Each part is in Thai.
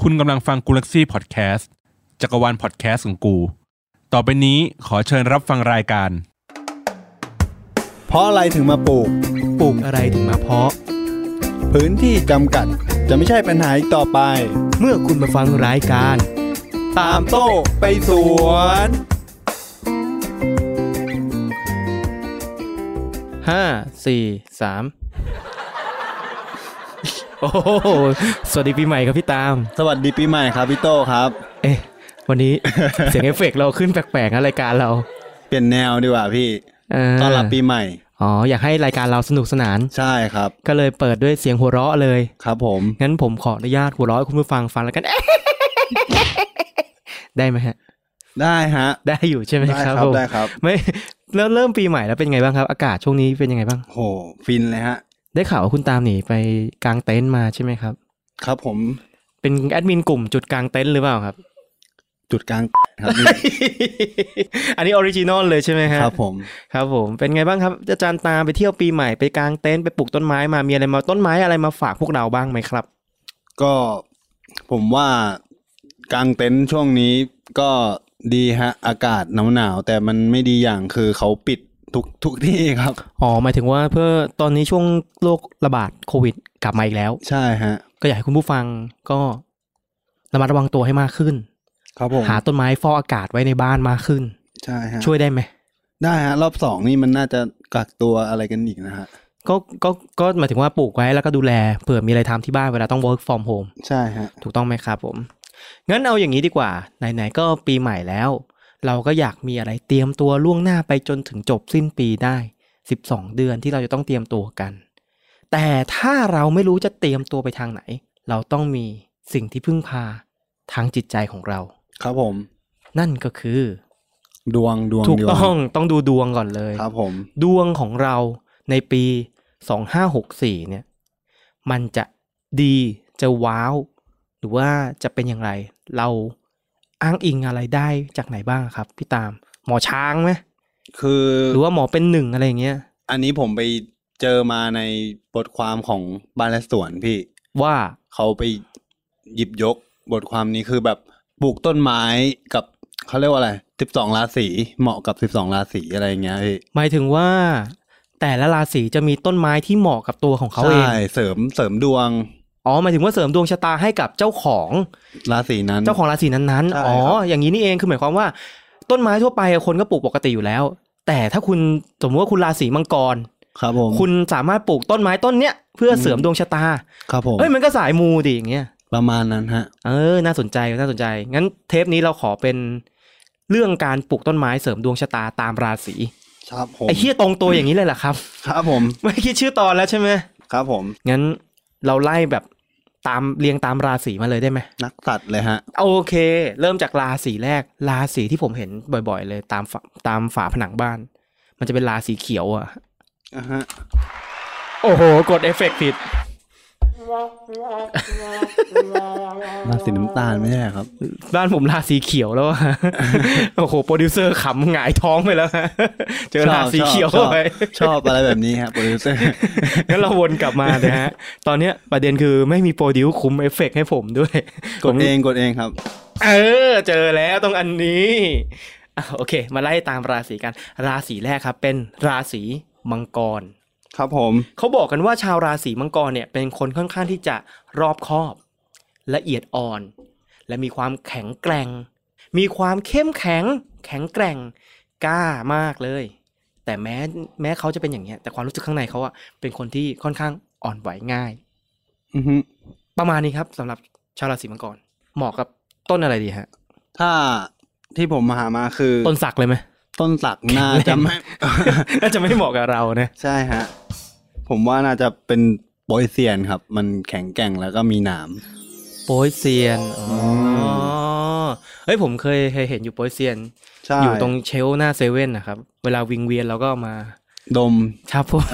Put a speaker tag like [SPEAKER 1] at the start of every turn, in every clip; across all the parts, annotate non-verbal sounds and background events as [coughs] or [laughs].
[SPEAKER 1] คุณกำลังฟังกูลักซี่พอดแคสต์จักรวาลพอดแคสต์ของกู ต่อไปนี้ขอเชิญรับฟังรายการ
[SPEAKER 2] เพราะอะไรถึงมาปลูก
[SPEAKER 3] ปลูกอะไรถึงมาเพาะ
[SPEAKER 2] พื้นที่จำกัดจะไม่ใช่ปัญหาอีกต่อไป
[SPEAKER 3] เมื่อคุณมาฟังรายการ
[SPEAKER 2] ตามโต้ไปสวน
[SPEAKER 3] ห้าสี่สามโอ้โหสวัสดีปีใหม่ครับพี่ตาม
[SPEAKER 2] สวัสดีปีใหม่ครับพี่โต้ครับ
[SPEAKER 3] เอ๊ะ วันนี้ เสียงเอฟเฟกต์เราขึ้นแปลกๆนะรายการเรา
[SPEAKER 2] เปลี่ยนแนวดีกว่าพี่
[SPEAKER 3] เอ
[SPEAKER 2] ต้อนรับปีใหม่
[SPEAKER 3] อ๋อ อยากให้รายการเราสนุกสนาน
[SPEAKER 2] ใช่ครับ
[SPEAKER 3] ก็เลยเปิดด้วยเสียงหัวเราะเลย
[SPEAKER 2] ครับผม
[SPEAKER 3] งั้นผมขออนุญาตหัวเราะให้คุณผู้ฟังฟังแล้วกัน [laughs] ได้ไหมฮะ
[SPEAKER 2] ได้ฮะ
[SPEAKER 3] ได้อยู่ใช่ไหม
[SPEAKER 2] ได้
[SPEAKER 3] ครับ
[SPEAKER 2] ครับ
[SPEAKER 3] ผม
[SPEAKER 2] ได้ครับ
[SPEAKER 3] ไม่แล้วเริ่มปีใหม่แล้วเป็นไงบ้างครับ อากาศช่วงนี้เป็นยังไงบ้าง
[SPEAKER 2] โหฟินเลยฮะ
[SPEAKER 3] ได้ข่าวว่าคุณตามหนีไปกางเต็นท์มาใช่ไหมครับ
[SPEAKER 2] ครับผม
[SPEAKER 3] เป็นแอดมินกลุ่มจุดกางเต็นท์หรือเปล่าครับ [laughs]
[SPEAKER 2] จุดกลางครับนี่
[SPEAKER 3] อันนี้ออริจินอลเลยใช่ไหมฮะ
[SPEAKER 2] ครับผม
[SPEAKER 3] ครับผมเป็นไงบ้างครับอาจารย์ตามไปเที่ยวปีใหม่ไปกางเต็นท์ไปปลูกต้นไม้มามีอะไรมาต้นไม้อะไรมาฝากพวกเราบ้างไหมครับ
[SPEAKER 2] ก็ผมว่ากลางเต็นท์ช่วงนี้ก็ดีฮะ อากาศหนาวๆแต่มันไม่ดีอย่างคือเขาปิดทุกทุกที่ครับ
[SPEAKER 3] อ๋อหมายถึงว่าเพื่อตอนนี้ช่วงโรคระบาดโควิดกลับมาอีกแล้ว
[SPEAKER 2] ใช่ฮะ
[SPEAKER 3] ก็อยากให้คุณผู้ฟังก็ระมัดระวังตัวให้มากขึ้น
[SPEAKER 2] ครับผม
[SPEAKER 3] หาต้นไม้ฟอกอากาศไว้ในบ้านมากขึ้น
[SPEAKER 2] ใช่ฮะ
[SPEAKER 3] ช่วยได้ไหม
[SPEAKER 2] ได้ฮะรอบสองนี่มันน่าจะกักตัวอะไรกันอีกนะฮะ
[SPEAKER 3] ก็ก็ก็หมายถึงว่าปลูกไว้แล้วก็ดูแลเผื่อมีอะไรทำที่บ้านเวลาต้อง work from home
[SPEAKER 2] ใช่ฮะ
[SPEAKER 3] ถูกต้องไหมครับผม งั้นเอาอย่างนี้ดีกว่า ไหนๆก็ปีใหม่แล้ว เราก็อยากมีอะไรเตรียมตัวล่วงหน้าไปจนถึงจบสิ้นปีได้ 12 เดือนที่เราจะต้องเตรียมตัวกัน แต่ถ้าเราไม่รู้จะเตรียมตัวไปทางไหน เราต้องมีสิ่งที่พึ่งพาทางจิตใจของเรา
[SPEAKER 2] ครับผม
[SPEAKER 3] นั่นก็คือ
[SPEAKER 2] ดวงดวง
[SPEAKER 3] ถูก
[SPEAKER 2] ดว
[SPEAKER 3] ต้องต้องดูดวงก่อนเลย
[SPEAKER 2] ครับผม
[SPEAKER 3] ดวงของเราในปี 2564 เนี่ย มันจะดีจะว้าว หรือว่าจะเป็นอย่างไร เราอ้างอิงอะไรได้จากไหนบ้างครับ พี่ตาม หมอช้างไหม
[SPEAKER 2] คือ
[SPEAKER 3] หรือว่าหมอเป็นหนึ่งอะไรอย่างเงี้ย
[SPEAKER 2] อันนี้ผมไปเจอมาในบทความของบานและสวนพี่
[SPEAKER 3] ว่า
[SPEAKER 2] เขาไปหยิบยกบทความนี้คือแบบปลูกต้นไม้กับเขาเรียกว่าอะไรสิบสองราศีเหมาะกับสิบสองราศีอะไรอย่างเงี้ยพี่
[SPEAKER 3] หมายถึงว่า แต่ละราศีจะมีต้นไม้ที่เหมาะกับตัวของเขาเอง
[SPEAKER 2] ใช่เสริมเสริมดวง
[SPEAKER 3] อ๋อหมายถึงว่าเสริมดวงชะตาให้กับเจ้าของ
[SPEAKER 2] ราศีนั้น
[SPEAKER 3] เจ้าของราศีนั้น
[SPEAKER 2] ใช่
[SPEAKER 3] ๆ อ๋อ
[SPEAKER 2] ครับ
[SPEAKER 3] อย่างนี้นี่เอง คือหมายความว่า ต้นไม้ทั่วไปคนก็ปลูกปกติอยู่แล้ว แต่ถ้าคุณสมมติว่าคุณราศีมังกร
[SPEAKER 2] ครับผม
[SPEAKER 3] คุณสามารถปลูกต้นไม้ต้นเนี้ยเพื่อเสริมดวงชะตา
[SPEAKER 2] ครับผม
[SPEAKER 3] เอ้ยมันก็สายมูดิอย่างเงี้ย
[SPEAKER 2] ประมาณนั้นฮะ
[SPEAKER 3] เออ น่าสนใจ น่าสนใจ งั้นเทปนี้เราขอเป็นเรื่องการปลูกต้นไม้เสริมดวงชะตาตามราศี
[SPEAKER 2] ครับผม
[SPEAKER 3] ไอ้เฮียตรงตัวอย่างนี้เลยเหรอครับ
[SPEAKER 2] ครับผม
[SPEAKER 3] ไม่คิดชื่อตอนแล้วใช่ไหม
[SPEAKER 2] ครับผม
[SPEAKER 3] งั้นเราไล่แบบตามเรียงตามราศีมาเลยได้ไหม
[SPEAKER 2] นักสัตว์เลยฮะ
[SPEAKER 3] โอเค เริ่มจากราศีแรก ราศีที่ผมเห็นบ่อย ๆ เลยตามฝาตามฝาผนังบ้าน มันจะเป็นราศีเขียวอ่ะ
[SPEAKER 2] อ่าฮะ
[SPEAKER 3] โอ้โห กดเอฟเฟกต์ผิด
[SPEAKER 2] [laughs] ราศีน้ำตาลไม่ใช่เหรอครับ
[SPEAKER 3] บ้านผมราศีเขียวแล้วอะ [laughs] โอ้โห โปรดิวเซอร์ขำหงายท้องไปแล้วฮะ [laughs] เจอราศีเขียว [laughs]
[SPEAKER 2] ชอบ
[SPEAKER 3] ไป
[SPEAKER 2] ชอบอะไรแบบนี้ฮะโปรดิวเซ
[SPEAKER 3] [laughs]
[SPEAKER 2] อร์
[SPEAKER 3] งั้นเราวนกลับมานะฮะ ตอนเนี้ยประเด็นคือไม่มีโปรดิวคุมเอฟเฟกต์ให้ผมด้วย
[SPEAKER 2] [laughs] กดเองกดเองครับ
[SPEAKER 3] เออ เจอแล้วตรงอันนี้อ่ะโอเค มาไล่ตามราศีกัน ราศีแรกครับ เป็นราศีมังกร
[SPEAKER 2] ครับผม
[SPEAKER 3] เขาบอกกันว่าชาวราศีมังกรเนี่ยเป็นคนค่อนข้างที่จะรอบคอบ ละเอียดอ่อน และมีความแข็งแกร่ง มีความเข้มแข็ง แข็งแกร่งกล้ามากเลย แต่แม้แม้เขาจะเป็นอย่างเนี้ยแต่ความรู้สึกข้างในเขาอะเป็นคนที่ค่อนข้างอ่อนไหวง่าย
[SPEAKER 2] อือฮึ
[SPEAKER 3] ประมาณนี้ครับสำหรับชาวราศีมังกร เหมาะกับต้นอะไรดีฮะ
[SPEAKER 2] ถ้าที่ผมหามาคือ
[SPEAKER 3] ต้นสักเลยไหม
[SPEAKER 2] ต้นสักน่าจะ
[SPEAKER 3] [laughs]
[SPEAKER 2] ไม่
[SPEAKER 3] น่ [laughs] าจะไม่เหมาะกับเรานะ
[SPEAKER 2] ใช่ฮะ ผมว่าน่าจะเป็นโปยเซียนครับ มันแข็งแกร่งแล้วก็มีหนาม
[SPEAKER 3] โป๊ยเซียน อ๋ออเฮ้ยผมเคยเคยเห็นอยู่โป๊ยเซียน
[SPEAKER 2] ใช่
[SPEAKER 3] อยู่ตรงเชลฟ์หน้าเซเว่นนะครับ เวลาวิงเวียนเราก็เอามา
[SPEAKER 2] ดม
[SPEAKER 3] ครับผม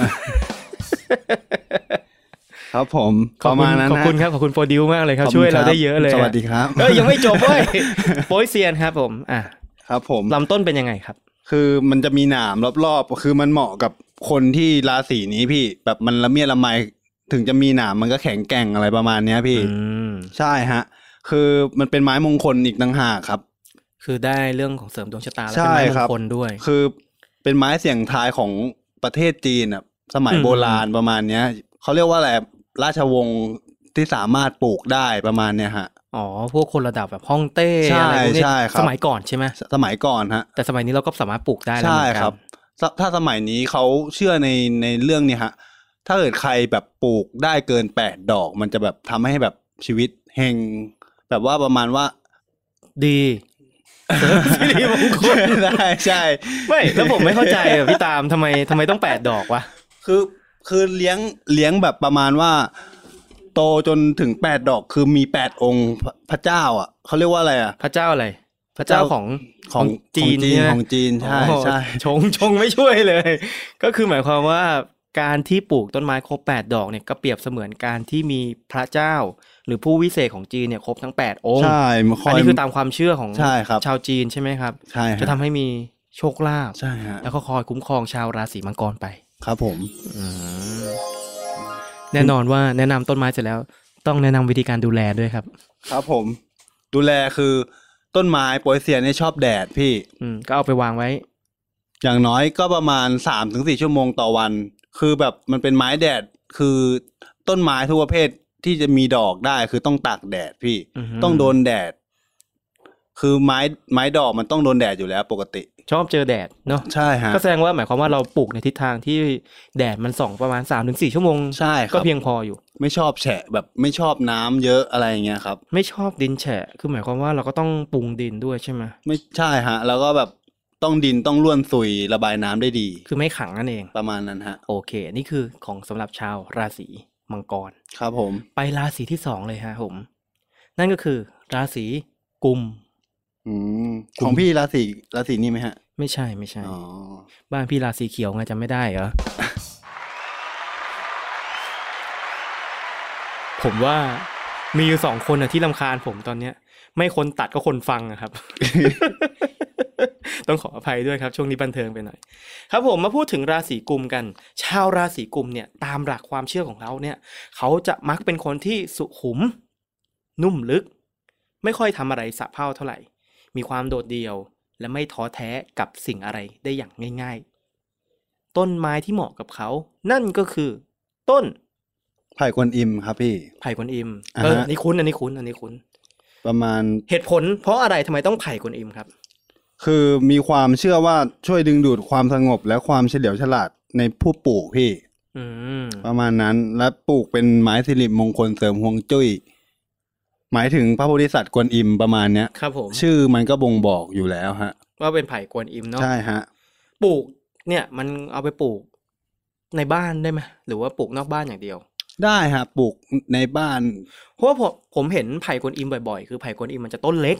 [SPEAKER 2] ครับผม
[SPEAKER 3] ขอบ
[SPEAKER 2] ประ
[SPEAKER 3] คุณ
[SPEAKER 2] มาณนั้น
[SPEAKER 3] ขอบคุณครับ ขอบคุณโปรดิวมากเลยครับ
[SPEAKER 2] ขอบคุณ
[SPEAKER 3] ช่วยเรา
[SPEAKER 2] คบ
[SPEAKER 3] ได้เยอะเลย
[SPEAKER 2] สวัสดีครับ
[SPEAKER 3] เอ้ยยังไม่จบเว้ย
[SPEAKER 2] [laughs]
[SPEAKER 3] โป๊ยเซียนครับผม อ่ะ
[SPEAKER 2] ครับผม
[SPEAKER 3] ลำต้นเป็นยังไงครับ
[SPEAKER 2] คือมันจะมีหนามรอบๆ คือมันเหมาะกับคนที่ราศีนี้พี่ แบบมันละเมียดละไม ถึงจะมีหนามมันก็แข็งแกร่งอะไรประมาณเนี้ยพี่
[SPEAKER 3] อืม
[SPEAKER 2] ใช่ฮะ คือมันเป็นไม้มงคลอีกต่างหากครับ
[SPEAKER 3] คือได้เรื่องของเสริมดวงชะตาและ
[SPEAKER 2] ใช่
[SPEAKER 3] เป็นไม้
[SPEAKER 2] ค
[SPEAKER 3] มง
[SPEAKER 2] รับ
[SPEAKER 3] คลด้วย
[SPEAKER 2] คือเป็นไม้เสี่ยงทายของประเทศจีนอ่ะสมัย
[SPEAKER 3] อืม
[SPEAKER 2] โบราณประมาณเนี้ยเขาเรียกว่าอะไรราชวงศ์ที่สามารถปลูกได้ประมาณเนี้ยฮะ
[SPEAKER 3] อ๋อพวกคนระดับแบบฮ่องเต้
[SPEAKER 2] ใช่
[SPEAKER 3] อะไรพวกนี้
[SPEAKER 2] ใช่ครับ
[SPEAKER 3] สมัยก่อนใช่ไหม
[SPEAKER 2] สสมัยก่อนฮะ
[SPEAKER 3] แต่สมัยนี้เราก็สามารถปลูกได้แล้ว
[SPEAKER 2] ใช่
[SPEAKER 3] เหมือนกั
[SPEAKER 2] ค
[SPEAKER 3] น
[SPEAKER 2] รับถาถ้าสมัยนี้เขาเชื่อในในเรื่องเนี้ยฮะ ถ้าเกิดใครแบบปลูกได้เกินแปดดอก มันจะแบบทำให้แบบชีวิตเฮงแบบว่าประมาณว่า [laughs]
[SPEAKER 3] ดี [laughs] เสริมสิริมงคล
[SPEAKER 2] ได้ใช่
[SPEAKER 3] ไม่แล้วผมไม่เข้าใจอะพี่ตามทำไมทำไมต้องแปดดอกวะ
[SPEAKER 2] คือคือเลี้ยงเลี้ยงแบบประมาณว่า โตจนถึงแปดดอกคือมีแปดองค์พระพระเจ้า อ่ะเขาเรียกว่าอะไรอ่ะ
[SPEAKER 3] พระเจ้าอะไร พระเจ้าของ
[SPEAKER 2] ของ
[SPEAKER 3] ของจีน
[SPEAKER 2] ของจีน
[SPEAKER 3] ใช่ไหม
[SPEAKER 2] ของจีนใช่
[SPEAKER 3] โอ้โห
[SPEAKER 2] ใช่
[SPEAKER 3] ชงชงไม่ช่วยเลย [laughs] ก็คือหมายความว่าการที่ปลูกต้นไม้ครบแปดดอกเนี่ยก็เปรียบเสมือนการที่มีพระเจ้า หรือผู้วิเศษของจีนเนี่ยครบทั้งแปดองค์
[SPEAKER 2] ใช่คอ
[SPEAKER 3] อัน
[SPEAKER 2] ย
[SPEAKER 3] นี้คือตามความเชื่อของ
[SPEAKER 2] ใช่ครับ
[SPEAKER 3] ชาวจีนใช่ไหมครับ
[SPEAKER 2] ใช่ฮ
[SPEAKER 3] จะทำให้มีโชคลาภ
[SPEAKER 2] ใช่ฮะ
[SPEAKER 3] แล้วก็คอยคุ้มครองชาวราศีมังกรไป
[SPEAKER 2] ครับผม
[SPEAKER 3] แน่นอนว่าแนะนำต้นไม้เสร็จแล้ว ต้องแนะนำวิธีการดูแลด้วยครับ
[SPEAKER 2] ครับผม ดูแลคือต้นไม้โปรยเซียนเนี่ยชอบแดดพี่
[SPEAKER 3] อืมก็เอาไปวางไว้
[SPEAKER 2] อย่างน้อยก็ประมาณสามถึงสี่ชั่วโมงต่อวัน คือแบบมันเป็นไม้แดด คือต้นไม้ทุกประเภทที่จะมีดอกได้ คือต้องตากแดดพี่
[SPEAKER 3] อือฮึ
[SPEAKER 2] ต้องโดนแดด คือไม้ไม้ดอกมันต้องโดนแดดอยู่แล้วปกติ
[SPEAKER 3] ชอบเจอแดดเนาะ
[SPEAKER 2] ใช่ฮะ
[SPEAKER 3] ก็แสดงว่าหมายความว่าเราปลูกในทิศทางที่แดดมันส่องประมาณ 3-4 ชั่วโมง
[SPEAKER 2] ใช่ครับ
[SPEAKER 3] ก็เพียงพออยู่
[SPEAKER 2] ไม่ชอบแฉะแบบไม่ชอบน้ำเยอะอะไรอย่างเงี้ยครับ
[SPEAKER 3] ไม่ชอบดินแฉะ คือหมายความว่าเราก็ต้องปรุงดินด้วยใช่ไหม
[SPEAKER 2] ไม่ใช่ฮะ แล้วก็แบบต้องดินต้องล้วนสุยระบายน้ำได้ดี
[SPEAKER 3] คือไม่ขังนั่นเอง
[SPEAKER 2] ประมาณนั้นฮะ
[SPEAKER 3] โอเค นี่คือของสำหรับชาวราศีมังกร
[SPEAKER 2] ครับผม
[SPEAKER 3] ไปราศีที่สองเลยฮะผม นั่นก็คือราศีกุม
[SPEAKER 2] อืมของพี่ราศีราศีนี่ไหมฮะ
[SPEAKER 3] ไม่ใช่ไม่ใช่
[SPEAKER 2] อ๋อ
[SPEAKER 3] บ้านพี่ราศีเขียวไงจำไม่ได้เหรอ ผมว่ามีอยู่สองคนนะที่ลำคาญผมตอนเนี้ย ไม่คนตัดก็คนฟังอะครับ [laughs] ต้องขออภัยด้วยครับ ช่วงนี้บันเทิงไปหน่อย ครับผมมาพูดถึงราศีกุมกัน ชาวราศีกุมเนี่ย ตามหลักความเชื่อของเราเนี่ย เขาจะมักเป็นคนที่สุขุม นุ่มลึก ไม่ค่อยทำอะไรสะเพร่าเท่าไหร่ มีความโดดเดี่ยว และไม่ท้อแท้กับสิ่งอะไรได้อย่างง่ายๆ ต้นไม้ที่เหมาะกับเขา นั่นก็คือ ต้น
[SPEAKER 2] ไผ่กวนอิมครับพี่
[SPEAKER 3] ไผ่กวนอิม
[SPEAKER 2] อ่า
[SPEAKER 3] เอ
[SPEAKER 2] ฮะ
[SPEAKER 3] ออันนี้คุ้นอันนี้คุ้นอันนี้คุ้น
[SPEAKER 2] ประมาณ
[SPEAKER 3] เหตุผลเพราะอะไรทำไมต้องไผ่กวนอิมครับ
[SPEAKER 2] คือมีความเชื่อว่าช่วยดึงดูดความสงบและความเฉลียวฉลาดในผู้ปลูกพี่
[SPEAKER 3] อืม
[SPEAKER 2] ประมาณนั้นและปลูกเป็นไม้สิริมงคลเสริมฮวงจุ้ยหมายถึงพระโพธิสัตว์กวนอิมประมาณเนี้ย
[SPEAKER 3] ครับผม
[SPEAKER 2] ชื่อมันก็บ่งบอกอยู่แล้วฮะ
[SPEAKER 3] ว่าเป็นไผ่กวนอิมเนาะ
[SPEAKER 2] ใช่ฮะ
[SPEAKER 3] ปลูกเนี่ย มันเอาไปปลูกในบ้านได้ไหมหรือว่าปลูกนอกบ้านอย่างเดียว
[SPEAKER 2] ได้ฮะปลูกในบ้าน
[SPEAKER 3] เพราะว่าผมผมเห็นไผ่กวนอิมบ่อยๆ คือไผ่กวนอิมมันจะต้นเล็ก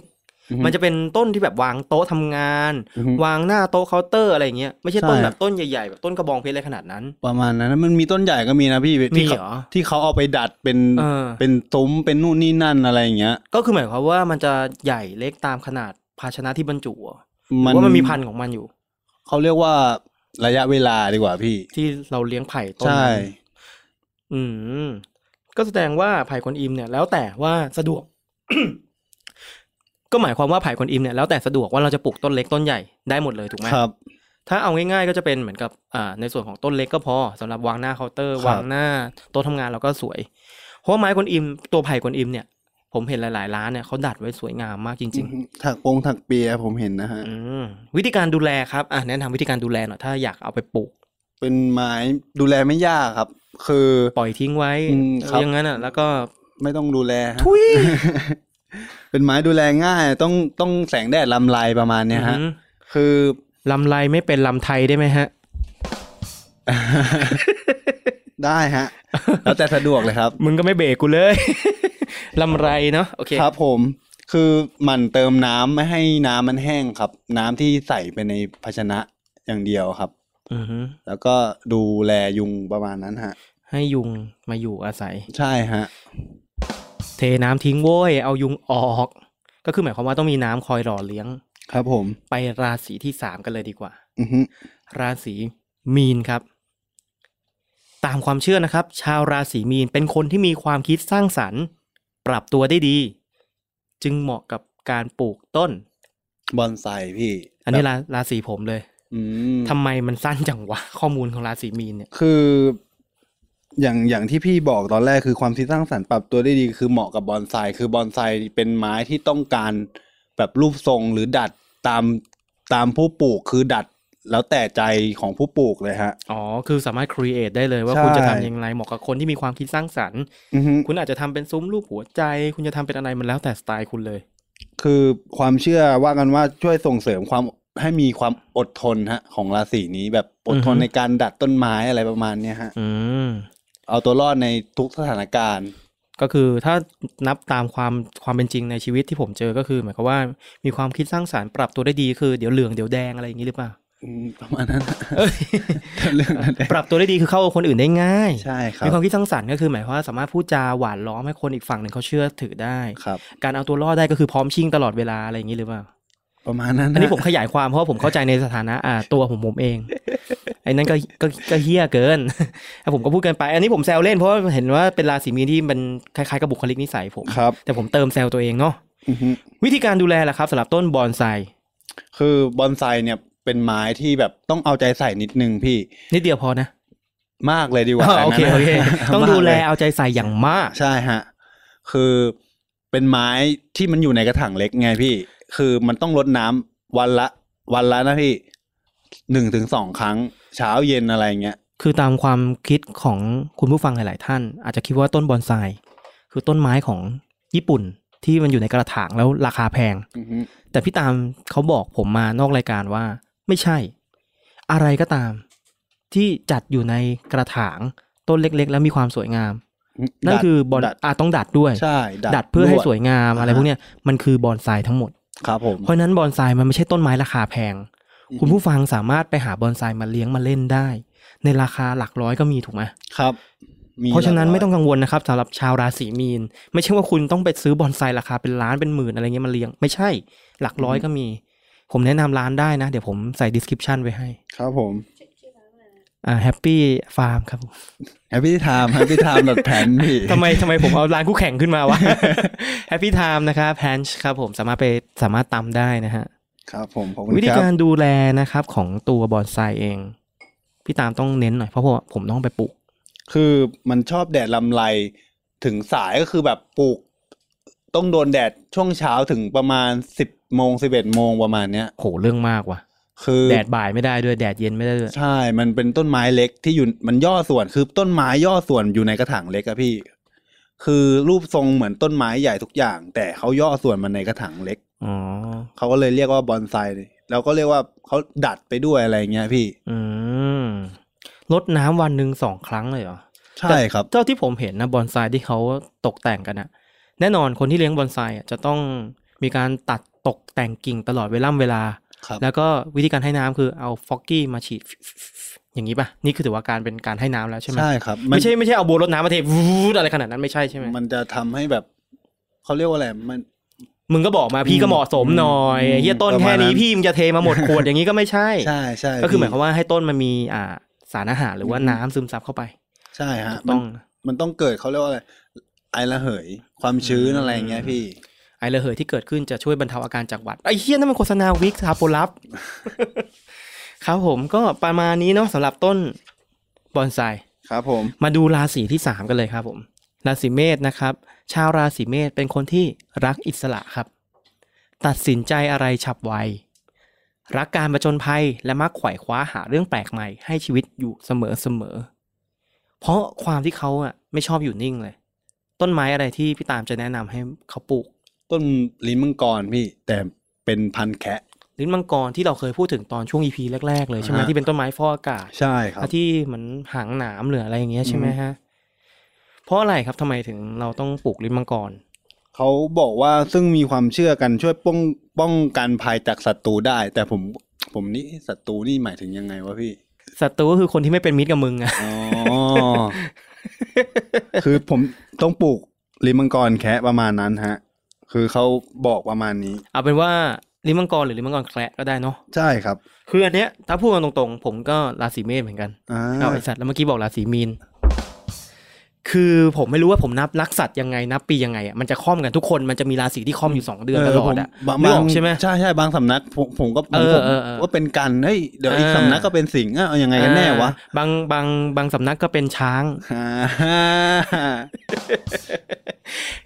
[SPEAKER 2] อือฮึ
[SPEAKER 3] มันจะเป็นต้นที่แบบวางโต๊ะทำงาน
[SPEAKER 2] อือฮึ
[SPEAKER 3] วางหน้าโต๊ะเคาน์เตอร์อะไรอย่างเงี้ยไม่ใช่ต้น
[SPEAKER 2] ใช่
[SPEAKER 3] แบบต้นใหญ่ๆแบบต้นกระบองเพชรอะไรขนาดนั้น
[SPEAKER 2] ประมาณนั้นมันมีต้นใหญ่ก็มีนะพี่
[SPEAKER 3] มี
[SPEAKER 2] ที่
[SPEAKER 3] เหร
[SPEAKER 2] เขา
[SPEAKER 3] อ
[SPEAKER 2] ที่เขาเอาไปดัดเป็น
[SPEAKER 3] เออ
[SPEAKER 2] เป็นตุ้มเป็นนู่นนี่นั่นอะไรอย่างเงี้ย
[SPEAKER 3] ก็คือหมายความว่ามันจะใหญ่เล็กตามขนาดภาชนะที่บรรจุเหรอห
[SPEAKER 2] มั
[SPEAKER 3] รื
[SPEAKER 2] น
[SPEAKER 3] อว่ามันมีพันธุ์ของมันอยู่
[SPEAKER 2] เขาเรียกว่าระยะเวลาดีกว่าพี่
[SPEAKER 3] ที่เราเลี้ยงไผ่ต้น
[SPEAKER 2] ใช่
[SPEAKER 3] นั้นอืมก็แสดงว่าไผ่กวนอิมเนี่ย แล้วแต่ว่าสะดวก [coughs] ก็หมายความว่าไผ่กวนอิมเนี่ยแล้วแต่สะดวกว่าเราจะปลูกต้นเล็กต้นใหญ่ได้หมดเลยถูกไหม
[SPEAKER 2] ครับ
[SPEAKER 3] ถ้าเอาง่ายๆก็จะเป็นเหมือนกับอ่าในส่วนของต้นเล็กก็พอสำหรับวางหน้าเคาน์เตอ
[SPEAKER 2] ค
[SPEAKER 3] ร์
[SPEAKER 2] รับ
[SPEAKER 3] วางหน้าโต๊ะทำงานเราก็สวย เพราะว่าไม้กวนอิมตัวไผ่กวนอิมเนี่ย ผมเห็นหลายๆร้านเนี่ยเขาดัดไว้สวยงามมากจริง
[SPEAKER 2] ถักโปรงถักเปียผมเห็นนะฮะ
[SPEAKER 3] ๆ อืมวิธีการดูแลครับอ่ะแนะนำวิธีการดูแลหน่อยถ้าอยากเอาไปปลูก
[SPEAKER 2] เป็นไม้ดูแลไม่ยากครับ คือ
[SPEAKER 3] ปล่อยทิ้งไว้
[SPEAKER 2] อืมครับ
[SPEAKER 3] อย่างนั้นอ่ะแล้วก็
[SPEAKER 2] ไม่ต้องดูแลฮะ
[SPEAKER 3] ทุย
[SPEAKER 2] [laughs] เป็นไม้ดูแลง่าย ต้องต้องแสงแดดลำไรประมาณเนี้ยฮะ
[SPEAKER 3] อืม
[SPEAKER 2] คือ
[SPEAKER 3] ลำไรไม่เป็นลำไทยได้ไหมฮะ
[SPEAKER 2] ได้ฮะ แล้วแต่สะดวกเลยครับ
[SPEAKER 3] มึงก็ไม่เบรกกูเลย [laughs] ลำไรเนาะโอเค
[SPEAKER 2] ครับผม คือหมันเติมน้ำไม่ให้น้ำมันแห้งครับ น้ำที่ใส่ไปในภาชนะอย่างเดียวครับ
[SPEAKER 3] อือฮึ
[SPEAKER 2] แล้วก็ดูแลยุงประมาณนั้นฮะ
[SPEAKER 3] ให้ยุงมาอยู่อาศัย
[SPEAKER 2] ใช่ฮะ
[SPEAKER 3] เทน้ำทิ้งโว้ย เอายุงออก ก็คือหมายความว่าต้องมีน้ำคอยหล่อเลี้ยง
[SPEAKER 2] ครับผม
[SPEAKER 3] ไปราศีที่สามกันเลยดีกว่า
[SPEAKER 2] อือฮึ
[SPEAKER 3] ราศีมีนครับ ตามความเชื่อนะครับ ชาวราศีมีนเป็นคนที่มีความคิดสร้างสรรค์ ปรับตัวได้ดี จึงเหมาะกับการปลูกต้น
[SPEAKER 2] บอนไซพี่
[SPEAKER 3] อันนี้
[SPEAKER 2] แบบ
[SPEAKER 3] ราราศีผมเลย
[SPEAKER 2] อืม
[SPEAKER 3] ทำไมมันสั้นจังวะ ข้อมูลของราศีมีนเนี่ย
[SPEAKER 2] คืออย่างอย่างที่พี่บอกตอนแรกคือความคิดสร้างสรรค์ปรับตัวได้ดีคือเหมาะกับบอนไซคือบอนไซเป็นไม้ที่ต้องการแบบรูปทรงหรือดัดตามตามผู้ปลูกคือดัดแล้วแต่ใจของผู้ปลูกเลยฮะ
[SPEAKER 3] อ๋อ คือสามารถ create ได้เลยว่าคุณ
[SPEAKER 2] ใช่
[SPEAKER 3] จะทำอย่างไรเหมาะกับคนที่มีความคิดสร้างสรรค์
[SPEAKER 2] อือฮึ
[SPEAKER 3] คุณอาจจะทำเป็นซุ้มรูปหัวใจ คุณจะทำเป็นอะไรมันแล้วแต่สไตล์คุณเลย
[SPEAKER 2] คือความเชื่อว่ากันว่าช่วยส่งเสริมความให้มีความอดทนฮะ ของราศีนี้แบบอดทน
[SPEAKER 3] อือฮึ
[SPEAKER 2] ในการดัดต้นไม้อะไรประมาณเนี้ยฮะ
[SPEAKER 3] อืม
[SPEAKER 2] เอาตัวรอดในทุกสถานการณ์
[SPEAKER 3] ก็คือถ้านับตามความความเป็นจริงในชีวิตที่ผมเจอก็คือ หมายความว่ามีความคิดสร้างสารรค์ปรับตัวได้ดีคือเดี๋ยวเหลืองเดี๋ยวแดงอะไรอย่างนี้หรือเปล่า
[SPEAKER 2] อืมประมาณนั้นฮะ
[SPEAKER 3] เอ้ย
[SPEAKER 2] เรื่องนั้นเอง
[SPEAKER 3] ปรับตัวได้ดีคือเข้ากับคนอื่นได้ง่าย
[SPEAKER 2] [laughs] ใช่ครั
[SPEAKER 3] มี
[SPEAKER 2] บ
[SPEAKER 3] ความคิดสร้างสรรค์ก็คือหมายความว่าสามารถพูดจาหวานล้อมให้คนอีกฝั่งหนึ่งเขาเชื่อถือได้
[SPEAKER 2] ครับ
[SPEAKER 3] การเอาตัวรอดได้ก็คือพร้อมชิงตลอดเวลาอะไรอย่างนี้หรือเปล่า
[SPEAKER 2] ประมาณนั้น
[SPEAKER 3] อันนี้
[SPEAKER 2] ฮะ
[SPEAKER 3] ผมขยายความเพราะว่าผมเข้าใจในสถานะอ่าตัวผมผมเอง ไอ้นั่นก็ก็ก็เฮี้ยเกิน อ่ะผมก็พูดเกินไป อันนี้ผมแซวเล่นเพราะว่าเห็นว่าเป็นราศีมีนที่มันคล้ายๆกับบุคลิกนิสัยผม
[SPEAKER 2] ครับ
[SPEAKER 3] แต่ผมเติมแซวตัวเองเนาะ
[SPEAKER 2] อือฮึ
[SPEAKER 3] วิธีการดูแลล่ะครับสำหรับต้นบอนไซ
[SPEAKER 2] คือบอนไซเนี่ยเป็นไม้ที่แบบต้องเอาใจใส่นิดนึงพี่
[SPEAKER 3] นิดเดียวพอนะ
[SPEAKER 2] มากเลยดีกว่า
[SPEAKER 3] อ๋อโอเค
[SPEAKER 2] [laughs]
[SPEAKER 3] โอเค
[SPEAKER 2] นนั้น
[SPEAKER 3] ต้องดูแล
[SPEAKER 2] มากเ
[SPEAKER 3] เอาใจใส่อย่างมาก
[SPEAKER 2] ยใช่ฮะ คือเป็นไม้ที่มันอยู่ในกระถางเล็กไงพี่ คือมันต้องรดน้ำวันละ วันละนะพี่หนึ่งถึงสองครั้ง เช้าเย็นอะไรเงี้ย
[SPEAKER 3] คือตามความคิดของคุณผู้ฟังหลาย ๆ ท่าน อาจจะคิดว่าต้นบอนไซคือต้นไม้ของญี่ปุ่นที่มันอยู่ในกระถางแล้วราคาแพง
[SPEAKER 2] อือฮึ
[SPEAKER 3] แต่พี่ตามเขาบอกผมมานอกรายการว่า ไม่ใช่ อะไรก็ตาม ที่จัดอยู่ในกระถางต้นเล็ก ๆ แล้วมีความสวยงาม นั่น
[SPEAKER 2] ดัด
[SPEAKER 3] คือบอน
[SPEAKER 2] ดัด
[SPEAKER 3] อาต้องดัดด้วย
[SPEAKER 2] ใช่
[SPEAKER 3] ดัดเพื่อให้
[SPEAKER 2] ลด
[SPEAKER 3] สวยงามอะไร
[SPEAKER 2] อ่าฮะ
[SPEAKER 3] พวกเนี้ยมันคือบอนไซทั้งหมด
[SPEAKER 2] ครับผม
[SPEAKER 3] เพราะฉะนั้นบอนไซมันไม่ใช่ต้นไม้ราคาแพง
[SPEAKER 2] อืม
[SPEAKER 3] คุณผู้ฟังสามารถไปหาบอนไซมาเลี้ยงมาเล่นได้ ในราคาหลักร้อยก็มีถูกไหม
[SPEAKER 2] ครับมี
[SPEAKER 3] เพราะฉะนั้
[SPEAKER 2] ห
[SPEAKER 3] น
[SPEAKER 2] ลกหลย
[SPEAKER 3] ไม่ต้องกังวลนะครับสำหรับชาวราศีมีน ไม่ใช่ว่าคุณต้องไปซื้อบอนไซราคาเป็นล้านเป็นหมื่นอะไรเงี้ยมาเลี้ยง ไม่ใช่หลักร้อยก็มี ผมแนะนำร้านได้นะ เดี๋ยวผมใส่ description ไว้ให้
[SPEAKER 2] ครับผม
[SPEAKER 3] อ่า happy farm ครับผม
[SPEAKER 2] แฮปปี้ไทม์แฮปปี้ไทม์ดัดแผ [laughs] นพี่
[SPEAKER 3] ทำไมทำไมผมเอาร้านคู่แข่งขึ้นมาวะ [laughs] happy time นะครับ punch ครับผมสามารถไปสามารถตามได้นะฮะ
[SPEAKER 2] ครับผมขอบคุณ
[SPEAKER 3] วิธี
[SPEAKER 2] ครับ
[SPEAKER 3] การดูแลนะครับของตัวบอนไซเอง พี่ตามต้องเน้นหน่อยเพราะว่าผมต้องไปปลูก
[SPEAKER 2] คือมันชอบแดดลำไรถึงสายก็คือแบบปลูก ต้องโดนแดดช่วงเช้าถึงประมาณสิบโมงสิบเอ็ดโมงประมาณเนี้ย
[SPEAKER 3] โหเรื่องมากว่ะ
[SPEAKER 2] คือ
[SPEAKER 3] แดดบ่ายไม่ได้ด้วยแดดเย็นไม่ได้ด้วย
[SPEAKER 2] ใช่มันเป็นต้นไม้เล็กที่อยู่มันย่อส่วนคือต้นไม้ย่อส่วนอยู่ในกระถางเล็กอะพี่ คือรูปทรงเหมือนต้นไม้ใหญ่ทุกอย่าง แต่เขาย่อส่วนมันในกระถางเล็ก
[SPEAKER 3] อ๋อ
[SPEAKER 2] เขาก็เลยเรียกว่าบอนไซเลยแล้วก็เรียกว่าเขาดัดไปด้วยอะไรเงี้ยพี่
[SPEAKER 3] อืมลดน้ำวันหนึ่งสองครั้งเลยเหรอ
[SPEAKER 2] ใช่ครับ
[SPEAKER 3] เจ้าที่ผมเห็นนะบอนไซที่เขาตกแต่งกันอะแน่นอนคนที่เลี้ยงบอนไซอะจะต้องมีการตัดตกแต่งกิ่งตลอดเวล่ำเวลา
[SPEAKER 2] ครับ
[SPEAKER 3] แล้วก็วิธีการให้น้ำคือเอาฟอกกี้มาฉีดอย่างนี้ป่ะนี่คือถือว่าการเป็นการให้น้ำแล้วใช่ไหม
[SPEAKER 2] ใช่ครับน
[SPEAKER 3] ไม่ใช่ไม่ใช่เอาบัวรดน้ำมาเทวูดอะไรขนาดนั้นไม่ใช่ใช่ไหม
[SPEAKER 2] มันจะทำให้แบบเขาเรียกว่าอะไรมัน
[SPEAKER 3] มึงก็บอกมาพี่ก็เหมาะสมหน่อย
[SPEAKER 2] อืม
[SPEAKER 3] เฮียต้น
[SPEAKER 2] ประมา
[SPEAKER 3] แค่
[SPEAKER 2] ณนั้น
[SPEAKER 3] นี้พี่มึงจะเทมาหมดขวด [laughs] อย่างนี้ก็ไม่ใช่
[SPEAKER 2] ใช่ใช่
[SPEAKER 3] ก็คือหมาย
[SPEAKER 2] พี่
[SPEAKER 3] ความว่าให้ต้นมันมีอ่าสารอาหารหรือว่า
[SPEAKER 2] อืม
[SPEAKER 3] น้ำซึมซับเข้าไป
[SPEAKER 2] ใช่ฮะ
[SPEAKER 3] ถูกต้อง
[SPEAKER 2] มันมันต้องเกิดเขาเรียกว่าอะไรไอระเหย ความชื้นอะไรอย่างเงี้ยพี่
[SPEAKER 3] ไอระเหยที่เกิดขึ้นจะช่วยบรรเทาอาการจากหวัดไอเฮียนั่นมันโฆษณาวิกซาโปลับ ครับผมก็ประมาณนี้เนาะสำหรับต้นบอนไซ
[SPEAKER 2] ครับผม
[SPEAKER 3] มาดูราศีที่ 3 กันเลยครับผมราศีเมษนะครับ ชาวราศีเมษเป็นคนที่รักอิสระครับ ตัดสินใจอะไรฉับไว รักการประจนภัยและมักไขว่คว้าหาเรื่องแปลกใหม่ให้ชีวิตอยู่เสมอเสมอ เพราะความที่เขาอ่ะไม่ชอบอยู่นิ่งเลย ต้นไม้อะไรที่พี่ตามจะแนะนำให้เขาปลูก
[SPEAKER 2] ต้นลิ้นมังกรพี่ แต่เป็นพันธุ์แคะ
[SPEAKER 3] ลิ้นมังกรที่เราเคยพูดถึงตอนช่วง EP แรก ๆ เลยใช่ไหม
[SPEAKER 2] อ่าฮะ
[SPEAKER 3] ที่เป็นต้นไม้ฟอกอากาศ
[SPEAKER 2] ใช่ครับ
[SPEAKER 3] ที่เหมือนหางหนามหรืออะไรอย่างเงี้ยใช่ไหม
[SPEAKER 2] อืม
[SPEAKER 3] ฮะ เพราะอะไรครับทำไมถึงเราต้องปลูกลิ้นมังกร
[SPEAKER 2] เขาบอกว่าซึ่งมีความเชื่อกันช่วยป้องป้องกันภัยจากศัตรูได้ แต่ผมผมนี่ศัตรูนี่หมายถึงยังไงวะพี่
[SPEAKER 3] ศัตรูก็คือคนที่ไม่เป็นมิตรกับมึงอะ [laughs]
[SPEAKER 2] อ๋อ คือผมต้องปลูกลิ้นมังกรแคะประมาณนั้นฮะ คือเขาบอกประมาณนี้
[SPEAKER 3] เอาเป็นว่าลิ้นมังกรหรือลิ้นมังกรแคระก็ได้เนาะ
[SPEAKER 2] ใช่ครับ
[SPEAKER 3] คืออันเนี้ยถ้าพูดกันตรงๆ ผมก็ราศีเมษเหมือนกัน
[SPEAKER 2] อ่า
[SPEAKER 3] เอาไอสัตว์แล้วเมื่อกี้บอกราศีมีน คือผมไม่รู้ว่าผมนับรักสัตว์ยังไงนับปียังไงอ่ะมันจะคล่อมกันทุกคนมันจะมีราศีที่คล่อมอยู่สองเดือนตลอดอ่ะ
[SPEAKER 2] ผมบาง
[SPEAKER 3] นึกออกใช่ไหม
[SPEAKER 2] ใช่ใช่บางสำนักผมผมก็ผม
[SPEAKER 3] เออ
[SPEAKER 2] ผม
[SPEAKER 3] เออเออ
[SPEAKER 2] ว่าเป็นกันเฮ้ยเดี๋ยวอีก
[SPEAKER 3] เออ
[SPEAKER 2] สำนักก็เป็นสิงห์อ่ะเอายังไงกันแน่วะ
[SPEAKER 3] อ่าบางบางบางสำนักก็เป็นช้าง
[SPEAKER 2] ฮ่า